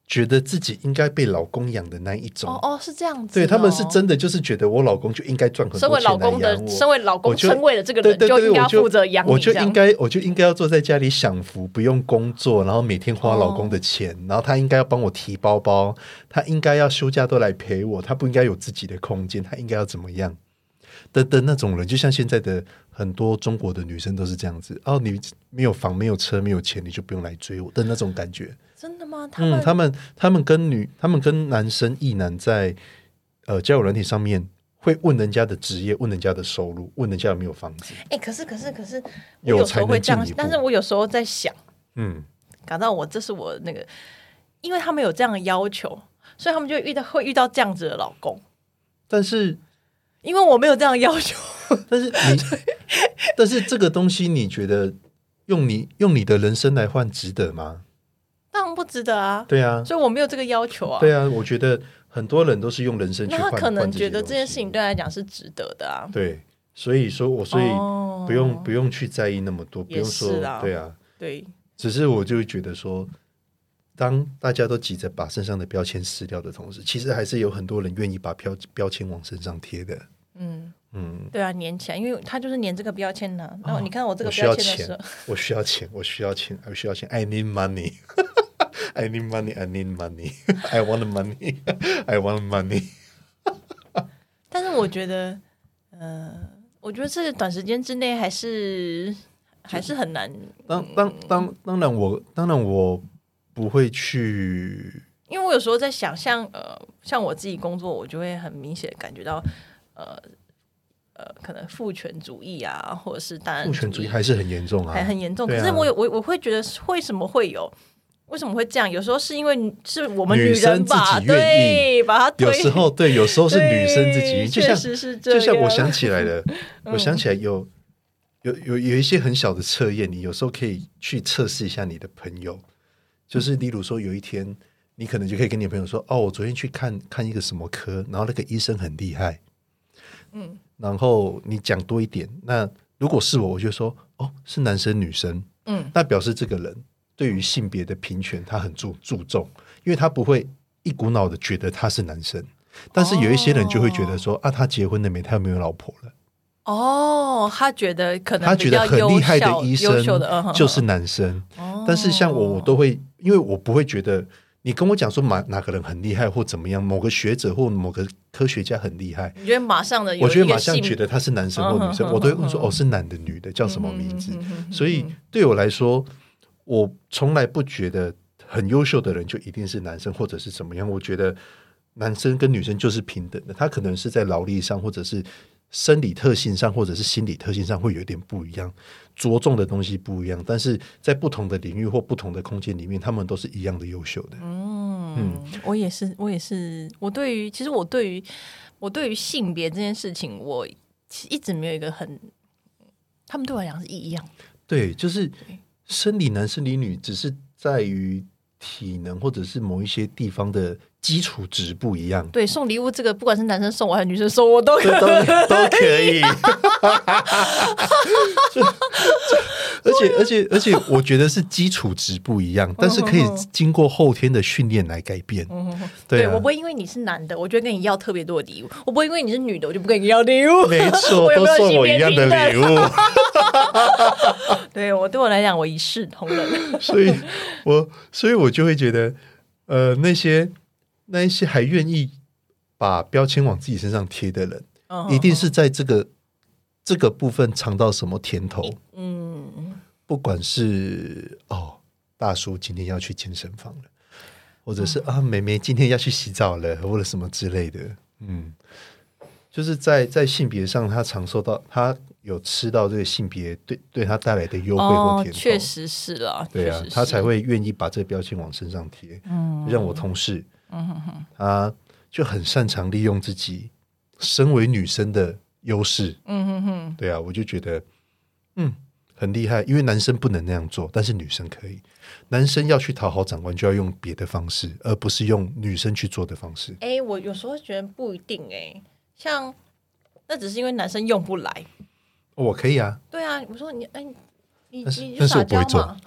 [SPEAKER 2] 觉得自己应该被老公养的那一种。
[SPEAKER 1] 哦哦，是这样子哦。
[SPEAKER 2] 对他们是真的，就是觉得我老公就应该赚很
[SPEAKER 1] 身
[SPEAKER 2] 多
[SPEAKER 1] 为老
[SPEAKER 2] 钱来
[SPEAKER 1] 公的
[SPEAKER 2] 养，我。
[SPEAKER 1] 身为老
[SPEAKER 2] 我
[SPEAKER 1] 公
[SPEAKER 2] 就
[SPEAKER 1] 称谓的这个
[SPEAKER 2] 对
[SPEAKER 1] 人，
[SPEAKER 2] 对
[SPEAKER 1] 就
[SPEAKER 2] 对，
[SPEAKER 1] 应该
[SPEAKER 2] 我
[SPEAKER 1] 要
[SPEAKER 2] 就
[SPEAKER 1] 负责养你
[SPEAKER 2] 我就
[SPEAKER 1] 这样
[SPEAKER 2] 应该我就应该要坐在家里享福，不用工作，然后每天花老公的钱，
[SPEAKER 1] 哦
[SPEAKER 2] 然后他应该要帮我提包包，他应该要休假都来陪我，他不应该有自己的空间，他应该要怎么样？的的那种人，就像现在的很多中国的女生都是这样子哦，你没有房、没有车、没有钱，你就不用来追我的那种感觉。
[SPEAKER 1] 真的吗？他
[SPEAKER 2] 嗯，
[SPEAKER 1] 们
[SPEAKER 2] 他们他们跟女，他们跟男生异男在呃交友软体上面会问人家的职业，问人家的收入，问人家有没有房子。
[SPEAKER 1] 哎，可是可是可是，我
[SPEAKER 2] 有
[SPEAKER 1] 有时
[SPEAKER 2] 才
[SPEAKER 1] 候会
[SPEAKER 2] 能
[SPEAKER 1] 这样
[SPEAKER 2] 进一，步
[SPEAKER 1] 但是我有时候在想，
[SPEAKER 2] 嗯，
[SPEAKER 1] 感到我这是我那个，因为他们有这样的要求，所以他们就遇到会遇到这样子的老公。
[SPEAKER 2] 但是
[SPEAKER 1] 因为我没有这样的要求，
[SPEAKER 2] 但是你，但是这个东西，你觉得用你用你的人生来换值得吗？
[SPEAKER 1] 当然不值得啊，
[SPEAKER 2] 对啊，
[SPEAKER 1] 所以我没有这个要求啊。
[SPEAKER 2] 对啊，我觉得很多人都是用人生去
[SPEAKER 1] 那
[SPEAKER 2] 换，
[SPEAKER 1] 他可能
[SPEAKER 2] 换
[SPEAKER 1] 觉得
[SPEAKER 2] 这
[SPEAKER 1] 这件
[SPEAKER 2] 些东
[SPEAKER 1] 事
[SPEAKER 2] 西
[SPEAKER 1] 情对他来讲是值得的啊。
[SPEAKER 2] 对，所以说我所以
[SPEAKER 1] 哦
[SPEAKER 2] 不用、不用去在意那么多，不
[SPEAKER 1] 也
[SPEAKER 2] 用说
[SPEAKER 1] 是啦
[SPEAKER 2] 对啊，
[SPEAKER 1] 对，
[SPEAKER 2] 只是我就会觉得说，当大家都急着把身上的标签撕掉的同时，其实还是有很多人愿意把标标签往身上贴的。
[SPEAKER 1] 嗯，
[SPEAKER 2] 嗯，
[SPEAKER 1] 对啊，粘起来，因为他就是粘这个标签呢、啊。然后你看我这个
[SPEAKER 2] 哦我需要
[SPEAKER 1] 标签的时
[SPEAKER 2] 钱
[SPEAKER 1] 候，，
[SPEAKER 2] 我需要钱，我需要钱，我需要钱。I need money. I need money. I need money. I want money. I want money.
[SPEAKER 1] 但是我觉得，呃，我觉得这短时间之内还是还是很难，
[SPEAKER 2] 当当当当然我当然我不会去
[SPEAKER 1] 因为我有时候在想象，呃，像我自己工作，我就会很明显地感觉到，呃呃，可能父权主义啊，或者是当然
[SPEAKER 2] 父权主义还是很严重啊，
[SPEAKER 1] 还很严重。
[SPEAKER 2] 对
[SPEAKER 1] 可
[SPEAKER 2] 啊
[SPEAKER 1] 是我有我我会觉得是为什么会有？为什么会这样？有时候是因为女是我们
[SPEAKER 2] 女
[SPEAKER 1] 人
[SPEAKER 2] 生
[SPEAKER 1] 吧，
[SPEAKER 2] 自己愿
[SPEAKER 1] 对，把她推。
[SPEAKER 2] 有时候对，有时候是女生自己，
[SPEAKER 1] 对
[SPEAKER 2] 就
[SPEAKER 1] 确
[SPEAKER 2] 像
[SPEAKER 1] 实是这样嗯
[SPEAKER 2] 就像我想起来 了，我想起来有有有有一些很小的测验，你有时候可以去测试一下你的朋友，就是例如说有一天。你可能就可以跟你朋友说：“哦，我昨天去看看一个什么科，然后那个医生很厉害。”嗯，然后你讲多一点。那如果是我，我就说：“哦，是男生女生。”
[SPEAKER 1] 嗯，
[SPEAKER 2] 那表示这个人对于性别的平权他很注注重，因为他不会一股脑的觉得他是男生。但是有一些人就会觉得说、啊，他结婚了没？他有没有老婆了？
[SPEAKER 1] 哦，他觉得可能
[SPEAKER 2] 他觉得
[SPEAKER 1] 比较
[SPEAKER 2] 很
[SPEAKER 1] 优
[SPEAKER 2] 厉害的
[SPEAKER 1] 秀
[SPEAKER 2] 医
[SPEAKER 1] 优
[SPEAKER 2] 生
[SPEAKER 1] 秀的嗯哼
[SPEAKER 2] 就是男生。
[SPEAKER 1] 哦
[SPEAKER 2] 但是像我，我都会，因为我不会觉得你跟我讲说哪哪个人很厉害或怎么样，某个学者或某个科学家很厉害，
[SPEAKER 1] 你觉得马上的有
[SPEAKER 2] 我觉得
[SPEAKER 1] 一个
[SPEAKER 2] 马上
[SPEAKER 1] 性
[SPEAKER 2] 觉得他是男生或女生，
[SPEAKER 1] 嗯哼嗯
[SPEAKER 2] 我都会问说哦是男的女的叫什么名字。所以对我来说，我从来不觉得很优秀的人就一定是男生或者是怎么样。我觉得男生跟女生就是平等的，他可能是在劳力上或者是。生理特性上或者是心理特性上会有一点不一样，着重的东西不一样，但是在不同的领域或不同的空间里面，他们都是一样的优秀的。
[SPEAKER 1] 嗯，我也是，我也
[SPEAKER 2] 嗯
[SPEAKER 1] 是，我对于其实我对于我对于性别这件事情，我其一直没有一个很，他们对我来讲是异样。，
[SPEAKER 2] 对，就是生理男生理女，只是在于体能或者是某一些地方的基础值不一样
[SPEAKER 1] 对，送礼物这个，不管是男生送我还是女生送我，都可
[SPEAKER 2] 这 都 都可以。 而
[SPEAKER 1] 啊
[SPEAKER 2] 且而且而且，我觉得是基础值不
[SPEAKER 1] 嗯
[SPEAKER 2] 一样，但是可以经过后天的训练来改变。对啊
[SPEAKER 1] 嗯我不会因为你是男的，我就会跟你要特别多的礼物；我不会因为你是女的，我就不跟你要礼 物。
[SPEAKER 2] 没 错，
[SPEAKER 1] 我有
[SPEAKER 2] 都
[SPEAKER 1] 没有
[SPEAKER 2] 送
[SPEAKER 1] 性
[SPEAKER 2] 我一
[SPEAKER 1] 别
[SPEAKER 2] 样
[SPEAKER 1] 平
[SPEAKER 2] 的
[SPEAKER 1] 等？
[SPEAKER 2] 礼物。
[SPEAKER 1] 对我对我来讲，我一视同仁。
[SPEAKER 2] 所以我所以我就会觉得，呃，那些那一些还愿意把标签往自己身上贴的人，
[SPEAKER 1] 嗯
[SPEAKER 2] 一定是在这个这个部分尝到什么甜头，
[SPEAKER 1] 嗯，
[SPEAKER 2] 不管是哦，大叔今天要去健身房了，或者是、啊，妹妹今天要去洗澡了，或者什么之类的，嗯，就是在在性别上，他尝受到他有吃到这个性别对对他带来的优惠或
[SPEAKER 1] 哦，
[SPEAKER 2] 甜头，
[SPEAKER 1] 确实是啦，
[SPEAKER 2] 对
[SPEAKER 1] 确
[SPEAKER 2] 啊
[SPEAKER 1] 实，是
[SPEAKER 2] 他才会愿意把这个标签往身上贴。嗯，让我同事，嗯他就很擅长利用自己身为女生的优势。
[SPEAKER 1] 嗯哼哼，
[SPEAKER 2] 对啊，我就觉得，嗯，很厉害，因为男生不能那样做，但是女生可以。男生要去讨好长官，就要用别的方式，而不是用女生去做的方式。
[SPEAKER 1] 哎、我有时候觉得不一定哎、像那只是因为男生用不来。
[SPEAKER 2] 我可以啊，
[SPEAKER 1] 对啊，我说你哎、你
[SPEAKER 2] 但是
[SPEAKER 1] 你你
[SPEAKER 2] 但是
[SPEAKER 1] 撒
[SPEAKER 2] 我不
[SPEAKER 1] 娇
[SPEAKER 2] 会做
[SPEAKER 1] 嘛，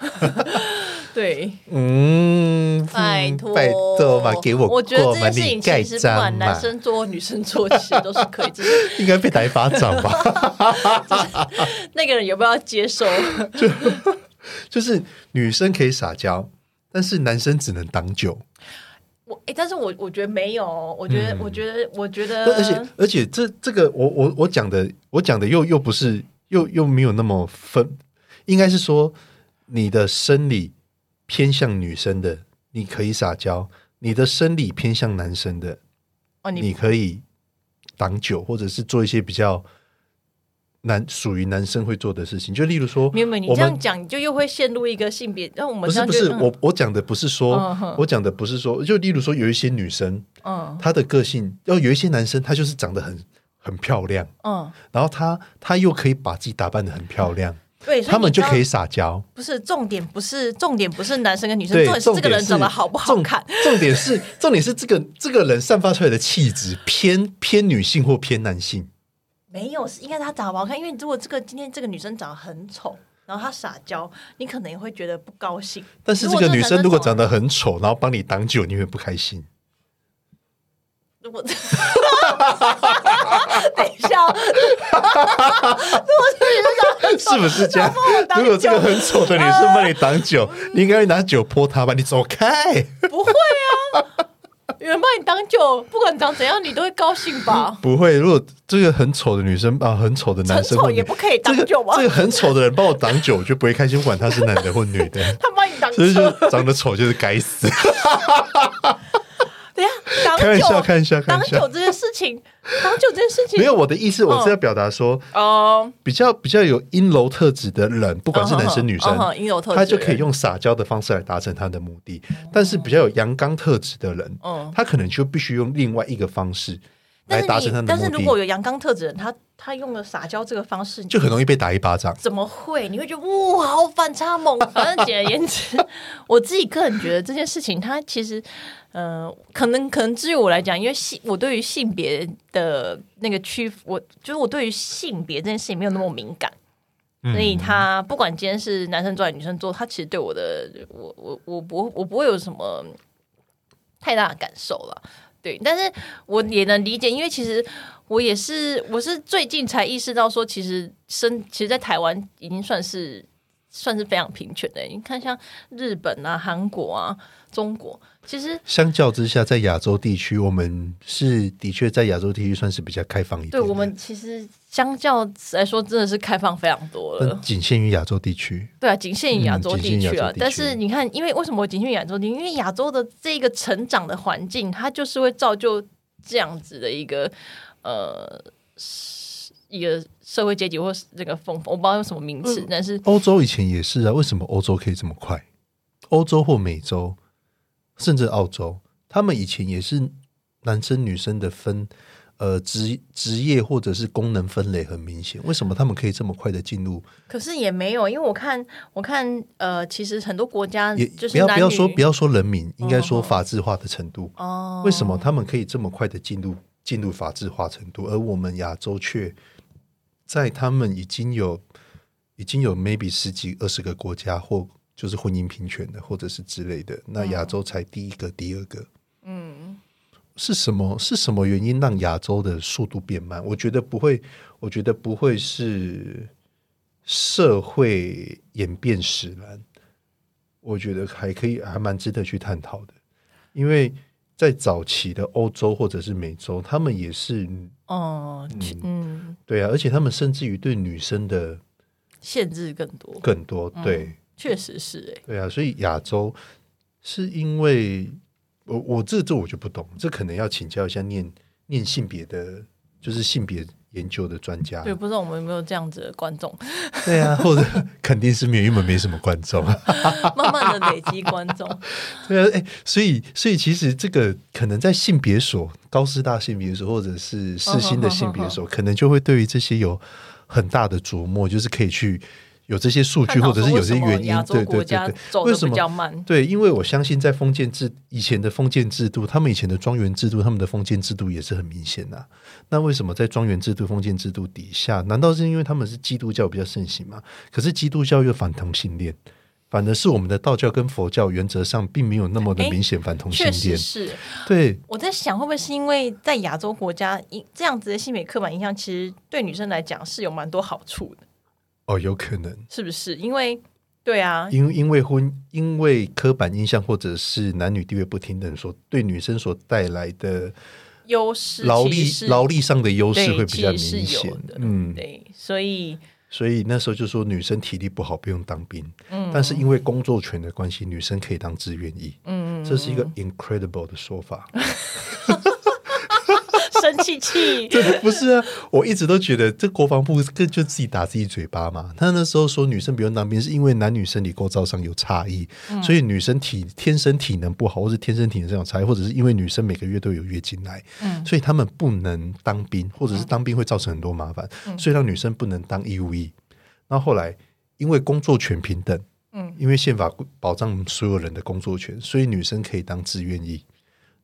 [SPEAKER 1] 对，
[SPEAKER 2] 嗯，
[SPEAKER 1] 拜
[SPEAKER 2] 嗯
[SPEAKER 1] 托，
[SPEAKER 2] 拜托嘛，给我
[SPEAKER 1] 我觉得
[SPEAKER 2] 过
[SPEAKER 1] 这
[SPEAKER 2] 嘛，
[SPEAKER 1] 件事情
[SPEAKER 2] 你盖
[SPEAKER 1] 其实不
[SPEAKER 2] 章
[SPEAKER 1] 管
[SPEAKER 2] 嘛
[SPEAKER 1] 男，生做女生做，其实都是可以，只 是
[SPEAKER 2] 应该被打一巴掌吧？
[SPEAKER 1] 那个人有没有要接受？
[SPEAKER 2] 就是女生可以撒娇，但是男生只能挡酒。
[SPEAKER 1] 我哎、但是我我觉得没有，我觉得、我觉得我觉得，
[SPEAKER 2] 嗯而且而且这这个我我我讲的我讲的又又不是又又没有那么分，应该是说你的生理偏向女生的，你可以撒娇；你的生理偏向男生的，
[SPEAKER 1] 哦，你
[SPEAKER 2] 你可以挡酒，或者是做一些比较男属于男生会做的事情。就例如说，
[SPEAKER 1] 没有没有，你
[SPEAKER 2] 我
[SPEAKER 1] 这样
[SPEAKER 2] 们
[SPEAKER 1] 讲，你就又会陷入一个性别，那我们
[SPEAKER 2] 不
[SPEAKER 1] 这
[SPEAKER 2] 是
[SPEAKER 1] 样
[SPEAKER 2] 不
[SPEAKER 1] 就是嗯
[SPEAKER 2] 我我讲的不是说，
[SPEAKER 1] 嗯哼
[SPEAKER 2] 我讲的不是说，就例如说有一些女生，
[SPEAKER 1] 嗯
[SPEAKER 2] 她的个性，要有一些男生，他就是长得很很漂亮，
[SPEAKER 1] 嗯，
[SPEAKER 2] 然后他他又可以把自己打扮的很漂亮，
[SPEAKER 1] 对，所以
[SPEAKER 2] 他们
[SPEAKER 1] 你
[SPEAKER 2] 就
[SPEAKER 1] 知道
[SPEAKER 2] 可以撒娇。
[SPEAKER 1] 不是重点，不是重点，不是男生跟女生，
[SPEAKER 2] 对，
[SPEAKER 1] 重点是
[SPEAKER 2] 重
[SPEAKER 1] 这个
[SPEAKER 2] 点
[SPEAKER 1] 人
[SPEAKER 2] 是
[SPEAKER 1] 长得好不好看。
[SPEAKER 2] 重重点是重点是这个这个人散发出来的气质偏偏女性或偏男性。
[SPEAKER 1] 没有，是应该是他长得不好看，因为如果这个今天这个女生长得很丑，然后她撒娇，你可能也会觉得不高兴。
[SPEAKER 2] 但是这个女生如果长
[SPEAKER 1] 得
[SPEAKER 2] 得很丑，然后帮你挡酒，你会不开 心。
[SPEAKER 1] 如 果等一下哦，
[SPEAKER 2] 是不是这样
[SPEAKER 1] 我？挡
[SPEAKER 2] 如果这个很丑的女生帮你挡 酒，你应该会拿酒泼她吧？你走开！
[SPEAKER 1] 不会啊，有人帮你挡酒，不管长怎样，你都会高兴吧？
[SPEAKER 2] 不会，如果这个很丑的女生啊，很丑的男
[SPEAKER 1] 很
[SPEAKER 2] 生
[SPEAKER 1] 丑
[SPEAKER 2] 或女
[SPEAKER 1] 也，不可以
[SPEAKER 2] 这
[SPEAKER 1] 挡
[SPEAKER 2] 个
[SPEAKER 1] 酒吗？啊
[SPEAKER 2] 这个很丑的人帮我挡酒，我就不会开心，不管他是男的或女
[SPEAKER 1] 。
[SPEAKER 2] 的
[SPEAKER 1] 他帮你挡
[SPEAKER 2] 所以
[SPEAKER 1] 车
[SPEAKER 2] 就，长得丑就是该 死，
[SPEAKER 1] 等一下
[SPEAKER 2] 开玩
[SPEAKER 1] 挡酒，
[SPEAKER 2] 笑，开玩笑，开
[SPEAKER 1] 挡
[SPEAKER 2] 玩
[SPEAKER 1] 酒
[SPEAKER 2] 笑。
[SPEAKER 1] 这件事情，挡酒这件事情
[SPEAKER 2] 没有我的意思，我是要表达说，
[SPEAKER 1] 哦，
[SPEAKER 2] 比较比较有阴柔特质的人，不
[SPEAKER 1] 不
[SPEAKER 2] 管是男生女生，
[SPEAKER 1] 嗯阴柔特质，
[SPEAKER 2] 他就可以用撒娇的方式来达成他的目的。但是比较有阳刚特质的人，
[SPEAKER 1] 嗯
[SPEAKER 2] 他可能就必须用另外一个方式来
[SPEAKER 1] 但
[SPEAKER 2] 达
[SPEAKER 1] 是
[SPEAKER 2] 成
[SPEAKER 1] 你
[SPEAKER 2] 他，的
[SPEAKER 1] 但是
[SPEAKER 2] 目
[SPEAKER 1] 如果
[SPEAKER 2] 的，
[SPEAKER 1] 有阳刚特质的人，他他用了撒娇这个方式，
[SPEAKER 2] 就很容易被打一巴掌。
[SPEAKER 1] 怎么会？你会觉得哇，好反差萌。反正简而言之，我自己个人觉得这件事情，它其实，呃，可能可能至于我来讲，因为性，我对于性别的那个区，我就是我对于性别这件事情没有那么敏感。
[SPEAKER 2] 嗯
[SPEAKER 1] 所以他不管今天是男生做还是女生做，他其实对我的我我我不我不会有什么太大的感受了。对，但是我也能理解，因为其实我也是我是最近才意识到说，其实生其实，在台湾已经算是算是非常平权的。你看，像日本啊、韩国啊、中国，其实
[SPEAKER 2] 相较之下，在亚洲地区，我们是的确在亚洲地区算是比较开放一点。
[SPEAKER 1] 对我，们其实相较来说，真的是开放非常多了
[SPEAKER 2] 但。仅限于亚洲地区。
[SPEAKER 1] 对啊，仅限于亚洲地
[SPEAKER 2] 嗯仅限
[SPEAKER 1] 区
[SPEAKER 2] 于
[SPEAKER 1] 啊。
[SPEAKER 2] 亚洲地区
[SPEAKER 1] 但是你看，因为为什么我仅限于亚洲地区？因为亚洲的这个成长的环境，它就是会造就这样子的一个呃是一个社会阶级或是这个风风，我不知道用什么名
[SPEAKER 2] 嗯
[SPEAKER 1] 词，但是
[SPEAKER 2] 欧洲以前也是啊，为什么欧洲可以这么快？欧洲或美洲，甚至澳洲，他们以前也是男生女生的分，呃，职职业或者是功能分类很明显。为什么他们可以这么快的进入？
[SPEAKER 1] 可是也没有，因为我看我看呃，其实很多国家
[SPEAKER 2] 也
[SPEAKER 1] 嗯就是
[SPEAKER 2] 不要
[SPEAKER 1] 男
[SPEAKER 2] 不
[SPEAKER 1] 女
[SPEAKER 2] 要说不要说人民，应该
[SPEAKER 1] 哦
[SPEAKER 2] 说法制化的程度。
[SPEAKER 1] 哦，
[SPEAKER 2] 为什么他们可以这么快的进入进入法制化程度，而我们亚洲却在他们已经有已经有 maybe 十几二十个国家或就是婚姻平权的，或者是之类的，那亚洲才第一个、第二个，
[SPEAKER 1] 嗯
[SPEAKER 2] 是什么是什么原因让亚洲的速度变慢？我觉得不会，我觉得不会是社会演变使然。我觉得还可以，还蛮值得去探讨的，因为在早期的欧洲或者是美洲，他们也是
[SPEAKER 1] 哦去嗯
[SPEAKER 2] 对啊，而且他们甚至于对女生的
[SPEAKER 1] 限制更多，
[SPEAKER 2] 更多，对、
[SPEAKER 1] 确实是哎、
[SPEAKER 2] 对啊，所以亚洲是因为我我这这我就不懂，这可能要请教一下念念性别的，就是性别研究的专家。
[SPEAKER 1] 对，不知道我们有没有这样子的观众，
[SPEAKER 2] 对啊， 或者肯定是没有，因为我们没什么观众。啊
[SPEAKER 1] 慢慢的累积观众。
[SPEAKER 2] 对啊，哎、所以所以其实这个可能在性别所、高师大性别所或者是世新的性别
[SPEAKER 1] 哦
[SPEAKER 2] 所，可能就会对于这些有很大的琢磨，就是可以去。有这些数
[SPEAKER 1] 探
[SPEAKER 2] 据，
[SPEAKER 1] 讨
[SPEAKER 2] 或者是
[SPEAKER 1] 说
[SPEAKER 2] 有些
[SPEAKER 1] 为什么
[SPEAKER 2] 原因
[SPEAKER 1] 亚，洲
[SPEAKER 2] 对对
[SPEAKER 1] 国
[SPEAKER 2] 对
[SPEAKER 1] 家
[SPEAKER 2] 对，
[SPEAKER 1] 走
[SPEAKER 2] 为
[SPEAKER 1] 的
[SPEAKER 2] 什
[SPEAKER 1] 比
[SPEAKER 2] 么
[SPEAKER 1] 较慢。
[SPEAKER 2] 对，因为我相信在封建制以前的封建制度，他们以前的庄园制度，他们的封建制度也是很明显呐、那为什么在庄园制度、封建制度底下，难道是因为他们是基督教比较盛行吗？可是基督教又反同性恋，反而是我们的道教跟佛教原则上并没有那么的
[SPEAKER 1] 诶
[SPEAKER 2] 明显反同性
[SPEAKER 1] 确实
[SPEAKER 2] 恋。
[SPEAKER 1] 是。
[SPEAKER 2] 对，
[SPEAKER 1] 我在想，会不会是因为在亚洲国家，一这样子的性别刻板印象，其实对女生来讲是有蛮多好处的，
[SPEAKER 2] 哦，有可能，
[SPEAKER 1] 是不是？因为对啊，
[SPEAKER 2] 因为因为婚，因为刻板印象或者是男女地位不平等所对女生所带来的
[SPEAKER 1] 优势
[SPEAKER 2] 劳
[SPEAKER 1] 其
[SPEAKER 2] 力
[SPEAKER 1] 实是
[SPEAKER 2] 劳力上的优势
[SPEAKER 1] 对
[SPEAKER 2] 会比较
[SPEAKER 1] 其实
[SPEAKER 2] 明
[SPEAKER 1] 是
[SPEAKER 2] 显
[SPEAKER 1] 有的。
[SPEAKER 2] 嗯，
[SPEAKER 1] 对，所以
[SPEAKER 2] 所以那时候就说女生体力不好不用当兵，但是因为工作权的关系，女生可以当志愿役。
[SPEAKER 1] 嗯，
[SPEAKER 2] 这是一个 incredible 的说法，
[SPEAKER 1] 生气 气，
[SPEAKER 2] 不是啊？我一直都觉得这国防部更就自己打自己嘴巴嘛。他那时候说女生不用当兵，是因为男女生理构造上有差异，所以女生体天生体能不好，或是天生体能上有差异，或者是因为女生每个月都有月经来，所以她们不能当兵，或者是当兵会造成很多麻烦，所以让女生不能当义 E 务役。那后来因为工作权平等，
[SPEAKER 1] 嗯
[SPEAKER 2] 因为宪法保障所有人的工作权，所以女生可以当志愿役。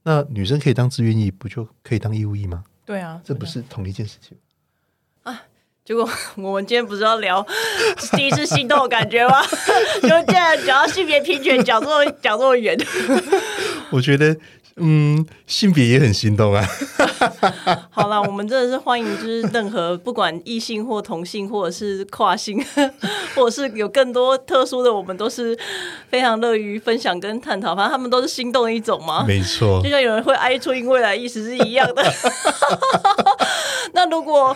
[SPEAKER 2] 那女生可以当志愿役，不就可以当义务役吗？
[SPEAKER 1] 对啊，
[SPEAKER 2] 这不是同一件事情？
[SPEAKER 1] 结果我们今天不是要聊 第一次心动的感觉吗？ 就这样讲到性别平权，讲这么讲这么远，
[SPEAKER 2] 我觉得，嗯，性别也很心动啊。
[SPEAKER 1] 好了，我们真的是欢迎，就是任何不管异性或同性，或者是跨性， 或者是有更多特殊的，我们都是非常乐于分享跟探讨。反正他们都是心动的一种嘛，
[SPEAKER 2] 没错
[SPEAKER 1] 就，像有人会哀出因未来意思是一 样的。那如果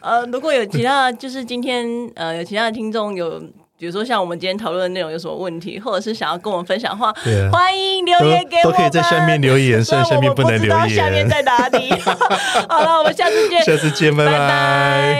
[SPEAKER 1] 呃，如果有其他，就是今天呃，有其他的听众有。比如说像我们今天讨论的内容有什么问题，或者是想要跟我们分享的话，
[SPEAKER 2] 对啊
[SPEAKER 1] 欢迎留言给我
[SPEAKER 2] 都
[SPEAKER 1] 们，
[SPEAKER 2] 可以在下面留言，虽
[SPEAKER 1] 虽
[SPEAKER 2] 然
[SPEAKER 1] 然
[SPEAKER 2] 下面
[SPEAKER 1] 我
[SPEAKER 2] 不
[SPEAKER 1] 们
[SPEAKER 2] 能
[SPEAKER 1] 知
[SPEAKER 2] 留
[SPEAKER 1] 道下面
[SPEAKER 2] 言。
[SPEAKER 1] 在哪里。好了，我们下次见，
[SPEAKER 2] 下次见，拜
[SPEAKER 1] 拜拜。